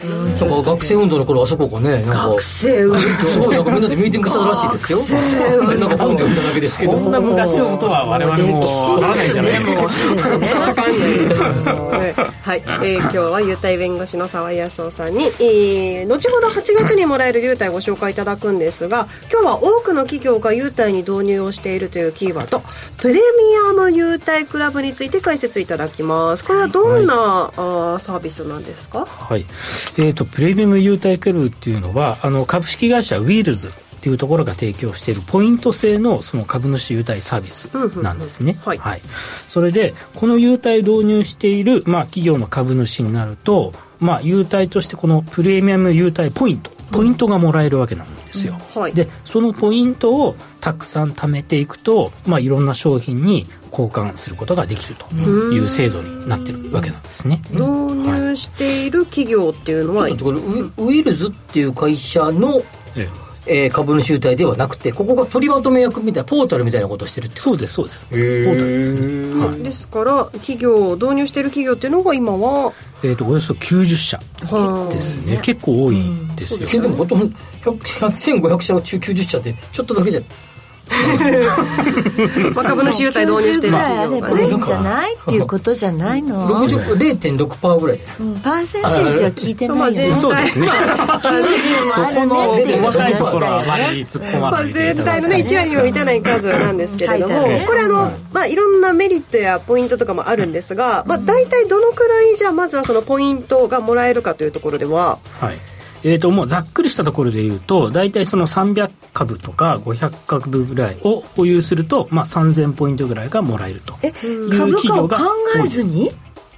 [SPEAKER 2] から学生運動の頃あそこがねなんか
[SPEAKER 3] せう
[SPEAKER 2] すごいなんかみんなでミーティングしてたらしいですよなんか本で見ただけですけど
[SPEAKER 11] こんな昔のことは我々もわからないじゃないですか。
[SPEAKER 4] わかんないですよねはい、えー今日は優待弁護士の沢井康夫さんに、えー後ほど8月にもらえる優待ご紹介いただくんですが今日は多くの企業が優待に導入をしているというキーワードプレミアム優待クラブについて解説いただきますこれはどんな、あーサービスなんですか
[SPEAKER 11] はい。えっ、と、プレミアム優待クラブっていうのは、あの、株式会社ウィールズっていうところが提供しているポイント制のその株主優待サービスなんですね。
[SPEAKER 4] はい
[SPEAKER 11] それで、この優待導入している、まあ、企業の株主になると、まあ、優待としてこのプレミアム優待ポイント、ポイントがもらえるわけなんですよ。
[SPEAKER 4] はい
[SPEAKER 11] で、そのポイントをたくさん貯めていくと、まあ、いろんな商品に交換することができるという制度になってるわけなんですね。
[SPEAKER 4] 導入している企業っていうのは、
[SPEAKER 2] ちょっとこれウウィルズっていう会社の、
[SPEAKER 11] ええ
[SPEAKER 2] えー株主優待ではなくてここが取りまとめ役みたいなポータルみたいなことをしてるって
[SPEAKER 11] そうです、そうです。ポータルですね。はい。
[SPEAKER 4] ですから企業導入している企業っていうのが今は
[SPEAKER 11] えっ、と、およそ90社ですね。結構多いんですよ。
[SPEAKER 2] でもほとんど100 100 1500社中90社でちょっとだけじゃ
[SPEAKER 4] まあ株主優待導入してい
[SPEAKER 3] ぐ
[SPEAKER 4] る
[SPEAKER 3] らいあ
[SPEAKER 4] 企
[SPEAKER 3] ればいい
[SPEAKER 4] 業がね
[SPEAKER 3] んじゃないっていうことじゃないのパ
[SPEAKER 2] 60 0.6%ぐらいじゃない
[SPEAKER 3] ーセンテージは聞いて
[SPEAKER 4] ま
[SPEAKER 3] な
[SPEAKER 4] あ
[SPEAKER 3] いよ
[SPEAKER 4] 全体
[SPEAKER 11] そ うですね。そ
[SPEAKER 3] 90
[SPEAKER 11] こ
[SPEAKER 3] も
[SPEAKER 11] の
[SPEAKER 3] あるねっていうこ
[SPEAKER 11] 若い
[SPEAKER 3] 話
[SPEAKER 11] ところは
[SPEAKER 3] だよ
[SPEAKER 11] あまり突っ込ま
[SPEAKER 4] ま
[SPEAKER 11] な
[SPEAKER 4] あ、
[SPEAKER 11] いでい
[SPEAKER 4] 全
[SPEAKER 11] ただ
[SPEAKER 4] 体
[SPEAKER 11] い
[SPEAKER 4] の
[SPEAKER 11] て。
[SPEAKER 4] ね1割にも満たない数なんですけれど
[SPEAKER 3] 書
[SPEAKER 4] も、
[SPEAKER 3] いてあるね
[SPEAKER 4] これあの、まあ、いろんなメリットやポイントとかもあるんですが、まあ、大体どのくらいじゃあまずはそのポイントがもらえるかというところでは
[SPEAKER 11] はい。えー、ともうざっくりしたところで言うと大体その300株とか500株ぐらいを保有すると、まあ、3000ポイントぐらいがもらえると
[SPEAKER 3] え
[SPEAKER 11] いう
[SPEAKER 3] 株
[SPEAKER 11] 企
[SPEAKER 3] 価
[SPEAKER 11] 業
[SPEAKER 3] を考
[SPEAKER 11] が
[SPEAKER 3] えずに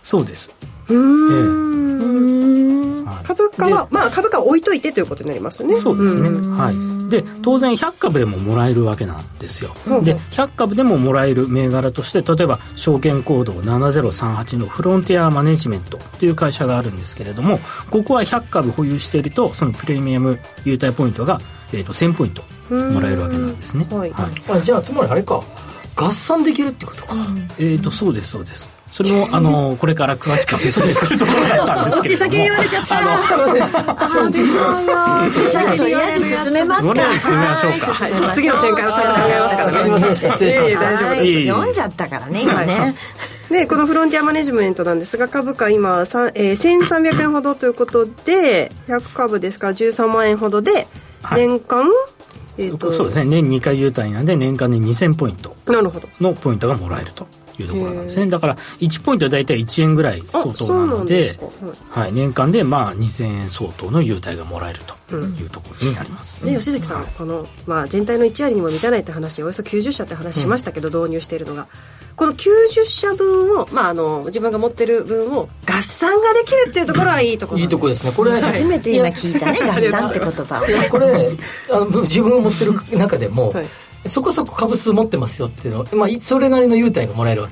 [SPEAKER 11] そうです、
[SPEAKER 4] うーん
[SPEAKER 11] はい
[SPEAKER 4] 株価は、まあ、株価を置いといてということになりますね
[SPEAKER 11] そうですね、
[SPEAKER 4] ん
[SPEAKER 11] はい、で当然100株でももらえるわけなんですよ、
[SPEAKER 4] うん
[SPEAKER 11] で100株でももらえる銘柄として例えば証券コード7038のフロンティアマネジメントという会社があるんですけれどもここは100株保有しているとそのプレミアム優待ポイントが、えー、と1000ポイントもらえるわけなんですね、
[SPEAKER 4] うんはい
[SPEAKER 11] はい
[SPEAKER 2] あじゃあつまりあれか合算できるってこと か、
[SPEAKER 11] えっ、とそうですそうですそれもあのこれから詳しく説明するところだったんですけれども
[SPEAKER 3] さあとりあえず進めます
[SPEAKER 11] どれ
[SPEAKER 3] か
[SPEAKER 11] に進めましょうか
[SPEAKER 4] 次の展開をちゃんと考えますからね
[SPEAKER 2] すいませんでした失礼しました
[SPEAKER 4] いえいえ大丈夫です
[SPEAKER 11] いえいえ
[SPEAKER 3] 読んじゃったからね今ね
[SPEAKER 4] でこのフロンティアマネジメントなんですが株価今、さえー、1300円ほどということで100株ですから13万円ほどで
[SPEAKER 11] はい
[SPEAKER 4] 年間、えーと
[SPEAKER 11] そうですね年2回優待なんで年間で2000ポイント
[SPEAKER 4] なるほど
[SPEAKER 11] のポイントがもらえるというところなんですねだから1ポイントは大体1円ぐらい
[SPEAKER 4] あ
[SPEAKER 11] 相
[SPEAKER 4] そ
[SPEAKER 11] 当
[SPEAKER 4] う
[SPEAKER 11] な
[SPEAKER 4] な
[SPEAKER 11] の
[SPEAKER 4] んで
[SPEAKER 11] です
[SPEAKER 4] か、はい
[SPEAKER 11] はい、年間でまあ2000円相当の優待がもらえるというところになります、
[SPEAKER 4] ね、吉崎さん、この、まあ、全体の1割にも満たないって話およそ90社って話しましたけど、導入しているのがこの90社分を、まあ、あの自分が持ってる分を合算ができるっていうところはいいところ
[SPEAKER 2] い
[SPEAKER 4] ないんです
[SPEAKER 2] とこですねこれ
[SPEAKER 3] 初めて今聞いたね
[SPEAKER 4] や
[SPEAKER 3] 合算って言葉
[SPEAKER 2] いやこれあのぶ自分が持ってる中でも、
[SPEAKER 4] はい
[SPEAKER 2] そこそこ株数持ってますよっていうの、まあ、いそれなりの優待がもらえるわ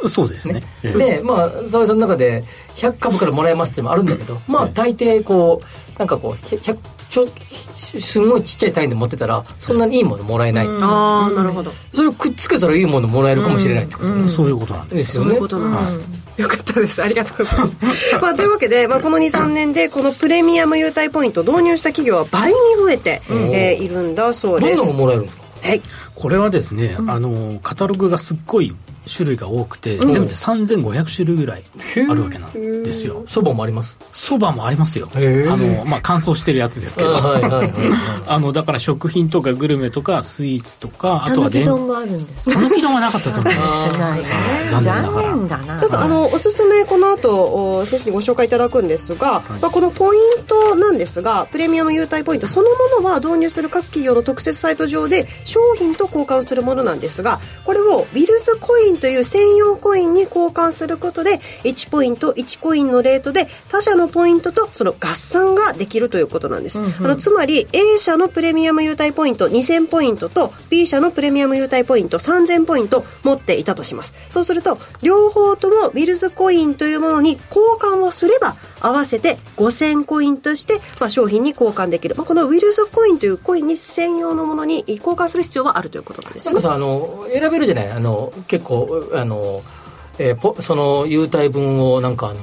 [SPEAKER 2] け
[SPEAKER 11] そうですねええ
[SPEAKER 2] でまあ澤井さんの中で100株からもらえますっていうのもあるんだけどまあ大抵こうなんかこう100ちょすごいちっちゃい単位で持ってたらそんなにいいものもらえない、
[SPEAKER 4] ああなるほど、
[SPEAKER 2] それをくっつけたらいいものもらえるかもしれないってことね
[SPEAKER 11] そういうことなんです
[SPEAKER 2] ですよ
[SPEAKER 4] そうい
[SPEAKER 2] ね
[SPEAKER 4] うことなんです、よかったですありがとうございます、まあ、というわけで、まあ、この23年でこのプレミアム優待ポイント導入した企業は倍に増えて、えーいるんだそう
[SPEAKER 2] どんな
[SPEAKER 4] で
[SPEAKER 2] の
[SPEAKER 4] す
[SPEAKER 2] がもらえるんですか
[SPEAKER 4] はい
[SPEAKER 11] これはですね、あのカタログがすっごい種類が多くて、全部で3500種類ぐらいあるわけなんですよ
[SPEAKER 2] そばもあります
[SPEAKER 11] そばもありますよあ
[SPEAKER 2] へえ
[SPEAKER 11] の、まあ、乾燥してるやつですけど
[SPEAKER 2] はいはいはいは
[SPEAKER 11] あのだから食品とかグルメとかスイーツとかあ
[SPEAKER 3] た
[SPEAKER 11] とは
[SPEAKER 3] ぬき
[SPEAKER 11] 電
[SPEAKER 3] 丼もあるんです
[SPEAKER 11] たぬき丼はなかった と思います
[SPEAKER 3] ないね
[SPEAKER 11] 残念ながら
[SPEAKER 3] 残念だな
[SPEAKER 4] ちょっとあのおすすめこの後お選手にご紹介いただくんですが、まあ、このポイントなんですがプレミアム優待ポイントそのものは導入する各企業の特設サイト上で商品と交換するものなんですがこれをウィルスコインという専用コインに交換することで1ポイント1コインのレートで他社のポイントとその合算ができるということなんです、あのつまり A 社のプレミアム優待ポイント2000ポイントと B 社のプレミアム優待ポイント3000ポイント持っていたとしますそうすると両方ともウィルズコインというものに交換をすれば合わせて5000コインとして、まあ、商品に交換できる、まあ、このウィルズコインというコインに専用のものに交換する必要があるということなんです
[SPEAKER 2] な
[SPEAKER 4] よ
[SPEAKER 2] んかさ
[SPEAKER 4] ね
[SPEAKER 2] あの選べるじゃないあの結構あの、えーポその優待分をなんかあの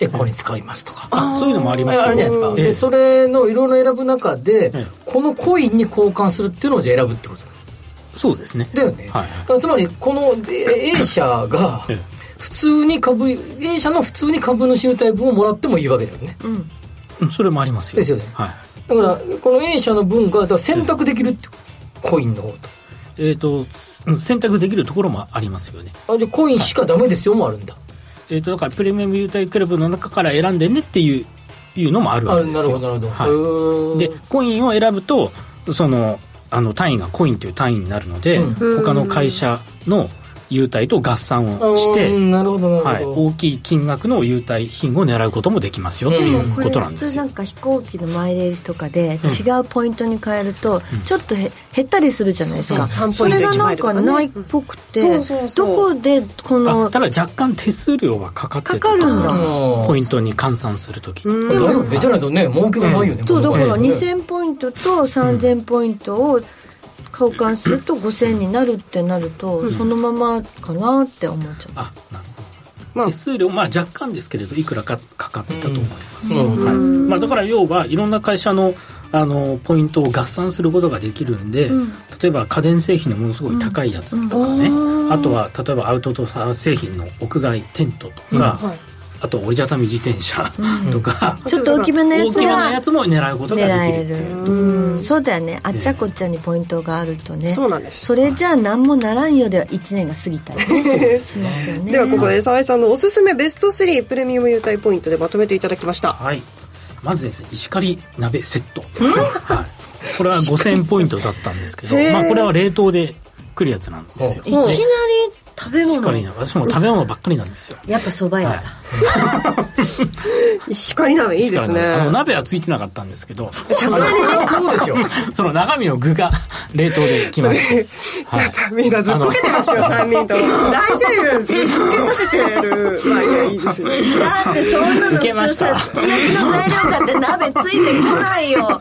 [SPEAKER 2] エコに使いますとか、
[SPEAKER 11] あそういうのもありますよ
[SPEAKER 2] あるじゃないですか、
[SPEAKER 11] ええ
[SPEAKER 2] でそれのいろいろ選ぶ中で、
[SPEAKER 11] ええ
[SPEAKER 2] このコインに交換するっていうのをじゃあ選ぶってこと
[SPEAKER 11] そうですね
[SPEAKER 2] だよね、
[SPEAKER 11] はい
[SPEAKER 2] だからつまりこので A 社が
[SPEAKER 11] ええ
[SPEAKER 2] 普通に株 A 社の普通に株の優待分をもらってもいいわけだよね
[SPEAKER 11] うんそれもありますよ
[SPEAKER 2] ですよね
[SPEAKER 11] はい
[SPEAKER 2] だからこの A 社の分がだから選択できるってことコインの方
[SPEAKER 11] えっ、とつうん選択できるところもありますよね
[SPEAKER 2] とあじゃあコインしかダメですよもあるんだ、
[SPEAKER 11] えー、とだからプレミアム優待クラブの中から選んでねっていういうのもあるわ
[SPEAKER 2] あ
[SPEAKER 11] けです
[SPEAKER 2] なる
[SPEAKER 11] よ
[SPEAKER 2] ほどなるほど、
[SPEAKER 11] は
[SPEAKER 2] へ
[SPEAKER 11] い
[SPEAKER 2] ー
[SPEAKER 11] でコインを選ぶとそのあの単位がコインという単位になるので、
[SPEAKER 2] う
[SPEAKER 11] 他の会社の優待と合算をして、
[SPEAKER 2] うんなるほどな
[SPEAKER 11] は
[SPEAKER 2] る
[SPEAKER 11] い、
[SPEAKER 2] ほど、
[SPEAKER 11] 大きい金額の優待品を狙うこともできますよって
[SPEAKER 3] で
[SPEAKER 11] い
[SPEAKER 3] も
[SPEAKER 11] う
[SPEAKER 3] こ
[SPEAKER 11] こ
[SPEAKER 3] れ
[SPEAKER 11] となん
[SPEAKER 3] 普
[SPEAKER 11] で
[SPEAKER 3] 通
[SPEAKER 11] す
[SPEAKER 3] な
[SPEAKER 11] よ
[SPEAKER 3] んか飛行機のマイレージとかで違うポイントに変えるとちょっとへ減ったりするじゃないですか
[SPEAKER 4] そう
[SPEAKER 3] それがなんかないっぽくて
[SPEAKER 4] うんそうそうそ
[SPEAKER 3] ど
[SPEAKER 4] う
[SPEAKER 3] こでこ
[SPEAKER 11] あ
[SPEAKER 3] の
[SPEAKER 11] ただ若干手数料はかかって
[SPEAKER 3] かかるんだ
[SPEAKER 2] うん
[SPEAKER 11] ポイントに換算するときに、
[SPEAKER 2] だよねじゃないとね儲けがないよね、
[SPEAKER 3] そうだから
[SPEAKER 2] ね
[SPEAKER 3] 2000ポイントと3000ポイントを交換すると5000になるってなるとそのままかなって思っちゃう
[SPEAKER 11] あなるほど、手数料、まあ、若干ですけれどいくらかかかってたと思います、
[SPEAKER 2] うん
[SPEAKER 11] はいまあ、だから要はいろんな会社のあのポイントを合算することができるんで、例えば家電製品のものすごい高いやつとかね、あとは例えばアウトドア製品の屋外テントとか、あと折りたたみ自転車とか、
[SPEAKER 3] ちょっと大きめのや
[SPEAKER 11] 大
[SPEAKER 3] つ
[SPEAKER 11] きめのや
[SPEAKER 3] が
[SPEAKER 11] つも狙うことが
[SPEAKER 3] 狙
[SPEAKER 11] でき
[SPEAKER 3] え
[SPEAKER 11] るっていう
[SPEAKER 3] るうんそうだよねあっちゃこっちゃにポイントがあるとね
[SPEAKER 4] そうなんです
[SPEAKER 3] それじゃあ何もならんよでは1年が過ぎたり ねしますよね
[SPEAKER 4] ではここで澤井さんのおすすめベスト3プレミアム優待ポイントでまとめていただきました
[SPEAKER 11] はい。まずですね、石狩鍋セット。はい。これは5000ポイントだったんですけど、まあこれは冷凍で来るやつなんですよ。
[SPEAKER 3] いきなり食べ
[SPEAKER 11] 石
[SPEAKER 3] 物
[SPEAKER 11] 狩鍋、私も食べ物ばっかりなんですよ。
[SPEAKER 3] やっぱ蕎麦屋
[SPEAKER 11] はい
[SPEAKER 3] だ
[SPEAKER 4] 石狩鍋いいです
[SPEAKER 11] 石狩
[SPEAKER 4] ね
[SPEAKER 11] 鍋あの鍋はついてなかったんですけど、
[SPEAKER 4] さすがに
[SPEAKER 2] そうでしょ
[SPEAKER 11] その中身の具が
[SPEAKER 2] 冷凍で来ましてはい
[SPEAKER 4] みんなずっこけてますよ、3人とも。 大丈夫ずっこけさせてる。まあ、いや、いいですよ。
[SPEAKER 3] だってそんなの
[SPEAKER 11] 受けま
[SPEAKER 3] 普通
[SPEAKER 11] した
[SPEAKER 3] さすき焼きの材料買って鍋ついてこない よ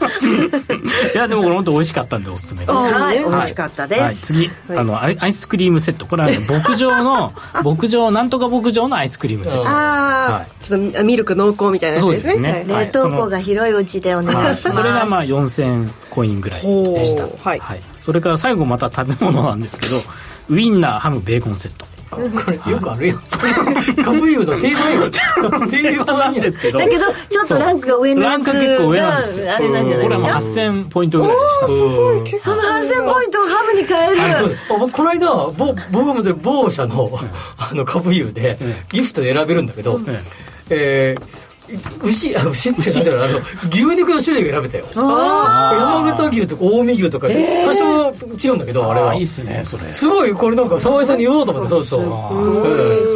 [SPEAKER 11] いやでもこれ本当美味しかったんでおすすめです
[SPEAKER 3] はい美味しかったです、
[SPEAKER 11] はい、次、あのアイアイスクリームセットこ れは、ね、牧場の牧場なんとか牧場のアイスクリームセット
[SPEAKER 4] ああ、ちょっとミルク濃厚みたいなやつ
[SPEAKER 11] そう
[SPEAKER 4] で
[SPEAKER 11] ですすね
[SPEAKER 4] ね。
[SPEAKER 11] はい
[SPEAKER 3] 冷凍庫が広いうちでお願いします、
[SPEAKER 11] それがまあ4000コインぐらいでした、
[SPEAKER 4] ほうはい
[SPEAKER 11] それから最後また食べ物なんですけどウインナーハムベーコンセット
[SPEAKER 2] これよくあるよカブ油の定番よ 定番
[SPEAKER 11] な
[SPEAKER 2] なんん
[SPEAKER 11] で
[SPEAKER 2] ですす
[SPEAKER 11] け
[SPEAKER 2] け
[SPEAKER 11] ど
[SPEAKER 3] だけどちょっとランクが上の
[SPEAKER 11] ラ
[SPEAKER 3] や
[SPEAKER 11] ン
[SPEAKER 3] つ
[SPEAKER 11] クが結構上なんですよ
[SPEAKER 3] があれなんじゃない
[SPEAKER 11] これはもう
[SPEAKER 3] ですか
[SPEAKER 11] 8000ポイントぐらいでした
[SPEAKER 3] その8000ポイントをハムに変える
[SPEAKER 2] あ僕この間某僕が持ってる某社のあの株油でギフトで選べるんだけど、
[SPEAKER 11] え
[SPEAKER 2] えー牛あ牛ってなんだろうあの牛肉の種類が選べたよ山形牛とか近江牛とか多少違うんだけど、あれ
[SPEAKER 11] あ
[SPEAKER 2] は
[SPEAKER 11] あいいっすねそれ
[SPEAKER 2] すごいこれなんか沢井さんに言おうと思ってそうそう、うん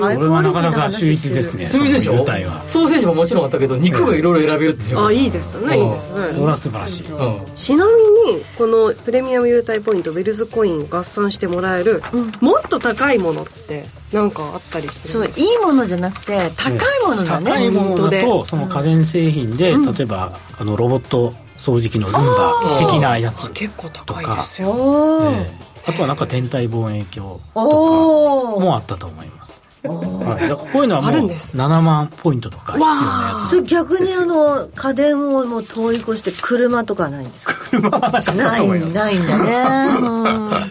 [SPEAKER 11] これはなかなか秀逸ですね
[SPEAKER 2] そうでし
[SPEAKER 11] その
[SPEAKER 2] ょ
[SPEAKER 11] 舞台は
[SPEAKER 2] ソーセージももちろんあったけど肉がいろいろ選べるっていう、
[SPEAKER 4] あいいですね、いいです
[SPEAKER 11] これ
[SPEAKER 4] ね。
[SPEAKER 11] は素晴らしい
[SPEAKER 2] うん
[SPEAKER 4] ちなみに、このプレミアム優待ポイント、ウェルズコイン合算してもらえる、もっと高いものって、なんかあったりす
[SPEAKER 3] そう
[SPEAKER 4] る
[SPEAKER 3] いいものじゃなくて高いものだね、
[SPEAKER 11] 高いものだ
[SPEAKER 4] 本当
[SPEAKER 11] とその家電製品で、例えばあのロボット掃除機のルンバ的なやつ
[SPEAKER 4] 結構高い
[SPEAKER 11] い
[SPEAKER 4] で
[SPEAKER 11] ですす
[SPEAKER 4] よ。
[SPEAKER 3] おー
[SPEAKER 11] ええあとはなんか天体望遠鏡とか
[SPEAKER 3] おー
[SPEAKER 11] もあったと思います。はい、だからこういうのはも
[SPEAKER 4] あるん
[SPEAKER 11] う
[SPEAKER 4] です
[SPEAKER 11] 7万ポイントとか必要なやつ
[SPEAKER 3] それ逆にあの家電をもう通り越して車とかないんですか車はないないんだ ねうん
[SPEAKER 4] はい、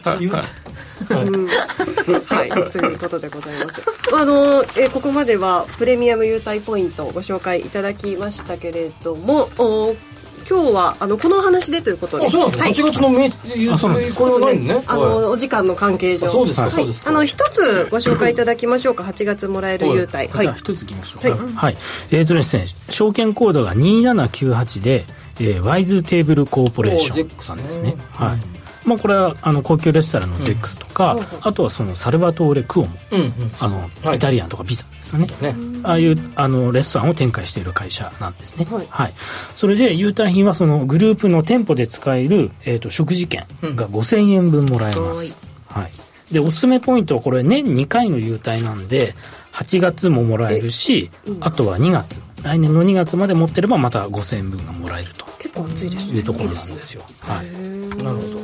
[SPEAKER 4] ということでございます。あの、えーここまではプレミアム優待ポイントをご紹介いただきましたけれども、お今日はあのこのお話でということで、
[SPEAKER 2] あそうなん
[SPEAKER 4] は
[SPEAKER 2] で
[SPEAKER 4] い
[SPEAKER 2] すか、8月のめゆ
[SPEAKER 11] あそうなんです
[SPEAKER 2] これはないのね
[SPEAKER 4] あのお時間の関係上、
[SPEAKER 2] あそうですか、
[SPEAKER 11] はい
[SPEAKER 2] そうですか
[SPEAKER 4] あの一つご紹介いただきましょうか。8月もらえる優待、は
[SPEAKER 11] じ
[SPEAKER 4] い
[SPEAKER 11] ゃあ。一ついきましょうかはい、えーとですね証券コードが2798で、えーワイズテーブルコーポレーシ
[SPEAKER 2] おー
[SPEAKER 11] ョン
[SPEAKER 2] ZEX
[SPEAKER 11] なんですねはいまあ、これはあの高級レストランのゼックスとか、あとはそのサルバトーレ・クオも
[SPEAKER 2] うんうん
[SPEAKER 11] あの、
[SPEAKER 2] はい
[SPEAKER 11] イタリアンとかピザですよね
[SPEAKER 2] ね
[SPEAKER 11] ああいうあのレストランを展開している会社なんですね、はいそれで優待品はそのグループの店舗で使える、えー、と食事券が5000円分もらえます、はい、でおすすめポイントはこれ年2回の優待なんで8月ももらえるしあとは2月来年の2月まで持ってればまた5000円分がもらえると
[SPEAKER 4] 結構暑いですね。
[SPEAKER 11] いうところなんですよはい
[SPEAKER 2] なるほど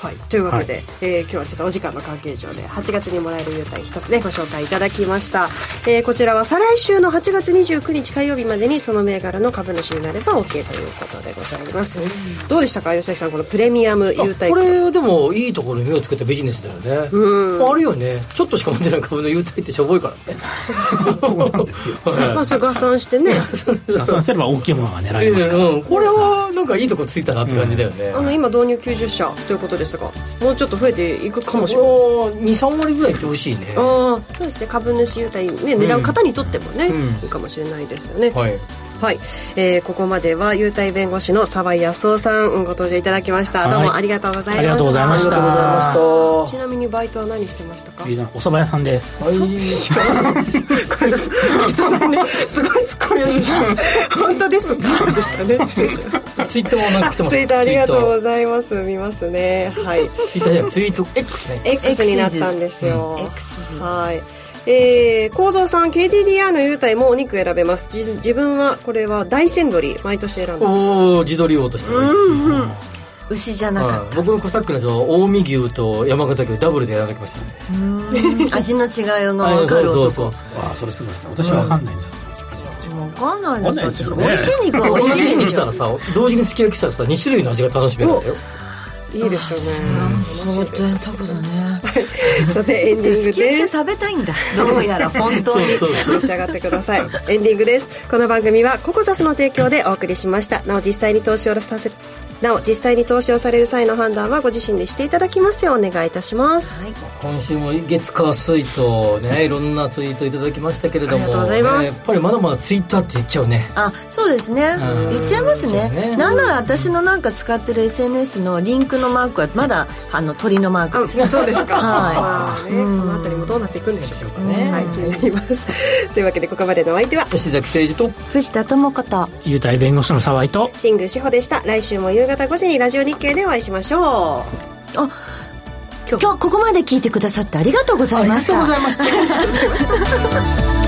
[SPEAKER 4] はい、というわけで、えー今日はちょっとお時間の関係上で8月にもらえる優待一つでご紹介いただきました、えーこちらは再来週の8月29日火曜日までにその銘柄の株主になれば OK ということでございます、どうでしたか吉崎さんこのプレミアム優
[SPEAKER 2] あ
[SPEAKER 4] 待
[SPEAKER 2] これでもいいところに目をつけたビジネスだよねあるよねちょっとしか持ってない株の優待ってしょぼいからねそうなん ですよ
[SPEAKER 4] まあそれ合算してね
[SPEAKER 11] そうすれば大きいものが狙えますから、
[SPEAKER 2] うん、これはなんかいいとこついたなって感じだよね、
[SPEAKER 4] あの今導入90社ということですがもうちょっと増えていくかもしれない
[SPEAKER 2] 23割ぐらいいってほしいねは
[SPEAKER 4] ああそうですね株主優待ね狙う方にとってもね、
[SPEAKER 2] うん
[SPEAKER 4] いいかもしれないですよね、
[SPEAKER 2] い
[SPEAKER 4] はい、えーここまでは優待弁護士の沢井康夫さんご登場いただきました、
[SPEAKER 11] はい
[SPEAKER 4] どうもありがとうございました
[SPEAKER 11] ありがとうございました
[SPEAKER 2] ありがとうございまし
[SPEAKER 4] ちなみにバイトは何してましたか
[SPEAKER 11] いいなお蕎麦屋さんです、
[SPEAKER 2] たはい
[SPEAKER 4] これです人さんねすごいツッコミをして本当ですかでしたね失礼しました
[SPEAKER 2] ツイッターもなんか来てます
[SPEAKER 4] ツイートありがとう
[SPEAKER 2] う
[SPEAKER 4] ございます見ますねはい
[SPEAKER 2] ツイッターじゃないツイート X ね
[SPEAKER 4] X になったんですよ、
[SPEAKER 3] X
[SPEAKER 4] はいえー、構造さん KDDI の優待もお肉選べますじ自分はこれは大山鶏毎年選んでます
[SPEAKER 2] おお自撮り王としてはね
[SPEAKER 3] 牛じゃなかっ
[SPEAKER 2] はい、僕のコサックのやつは近江牛と山形牛ダブルで選んできましたんで
[SPEAKER 3] た味の違いが
[SPEAKER 2] は
[SPEAKER 3] 分
[SPEAKER 2] い
[SPEAKER 3] か
[SPEAKER 2] そう
[SPEAKER 3] る
[SPEAKER 2] そう
[SPEAKER 3] 男
[SPEAKER 2] そう
[SPEAKER 11] ああそれすごいですね私わかんないんですよ、
[SPEAKER 3] 分かんない
[SPEAKER 11] わかん
[SPEAKER 3] で
[SPEAKER 11] ないです
[SPEAKER 3] よ
[SPEAKER 11] すよ
[SPEAKER 3] 美
[SPEAKER 11] ね
[SPEAKER 3] 味しい肉は
[SPEAKER 2] 同
[SPEAKER 3] 美
[SPEAKER 2] じ
[SPEAKER 3] 味しい
[SPEAKER 2] 日に来たらさ同時にすき焼きしたらさ2種類の味が楽しめるんだよ
[SPEAKER 4] いいですよね楽し
[SPEAKER 3] そう
[SPEAKER 4] いです
[SPEAKER 3] 贅沢だね
[SPEAKER 4] さてエンディング
[SPEAKER 3] すき焼き
[SPEAKER 4] で
[SPEAKER 3] は
[SPEAKER 4] す
[SPEAKER 3] 食べたいんだ どうやら本当に
[SPEAKER 2] そうそう
[SPEAKER 4] 召し上がってくださいエンディングですこの番組はココザスの提供でお送りしましたなお実際に投資をさせなお実際に投資をされる際の判断はご自身でしていただきますようお願いいたします
[SPEAKER 2] 今週も月火水とねいろんなツイートいただきましたけれども
[SPEAKER 4] ありがとうございます
[SPEAKER 2] ねやっぱりまだまだツイッターって言っちゃうね
[SPEAKER 3] あそうですね
[SPEAKER 2] うん
[SPEAKER 3] 言っちゃいますね
[SPEAKER 2] そうね
[SPEAKER 3] なんなら私のなんか使ってる SNS のリンクのマークはまだあの鳥のマークです
[SPEAKER 4] そうですか
[SPEAKER 3] はい
[SPEAKER 4] まあね、こ
[SPEAKER 3] うん
[SPEAKER 4] の辺りもどうなっていくんでしょうかね
[SPEAKER 2] ね
[SPEAKER 4] はい気になりますというわけでここまでのお相手は
[SPEAKER 2] 吉崎誠二と
[SPEAKER 3] 藤田智子と
[SPEAKER 11] 優待弁護士の沢井と
[SPEAKER 4] 新宮志保でした来週も夕方5時にラジオ日経でお会いしましょう。
[SPEAKER 3] 今日ここまで聞いてくださってありがとうございました。
[SPEAKER 2] ありがとうございました。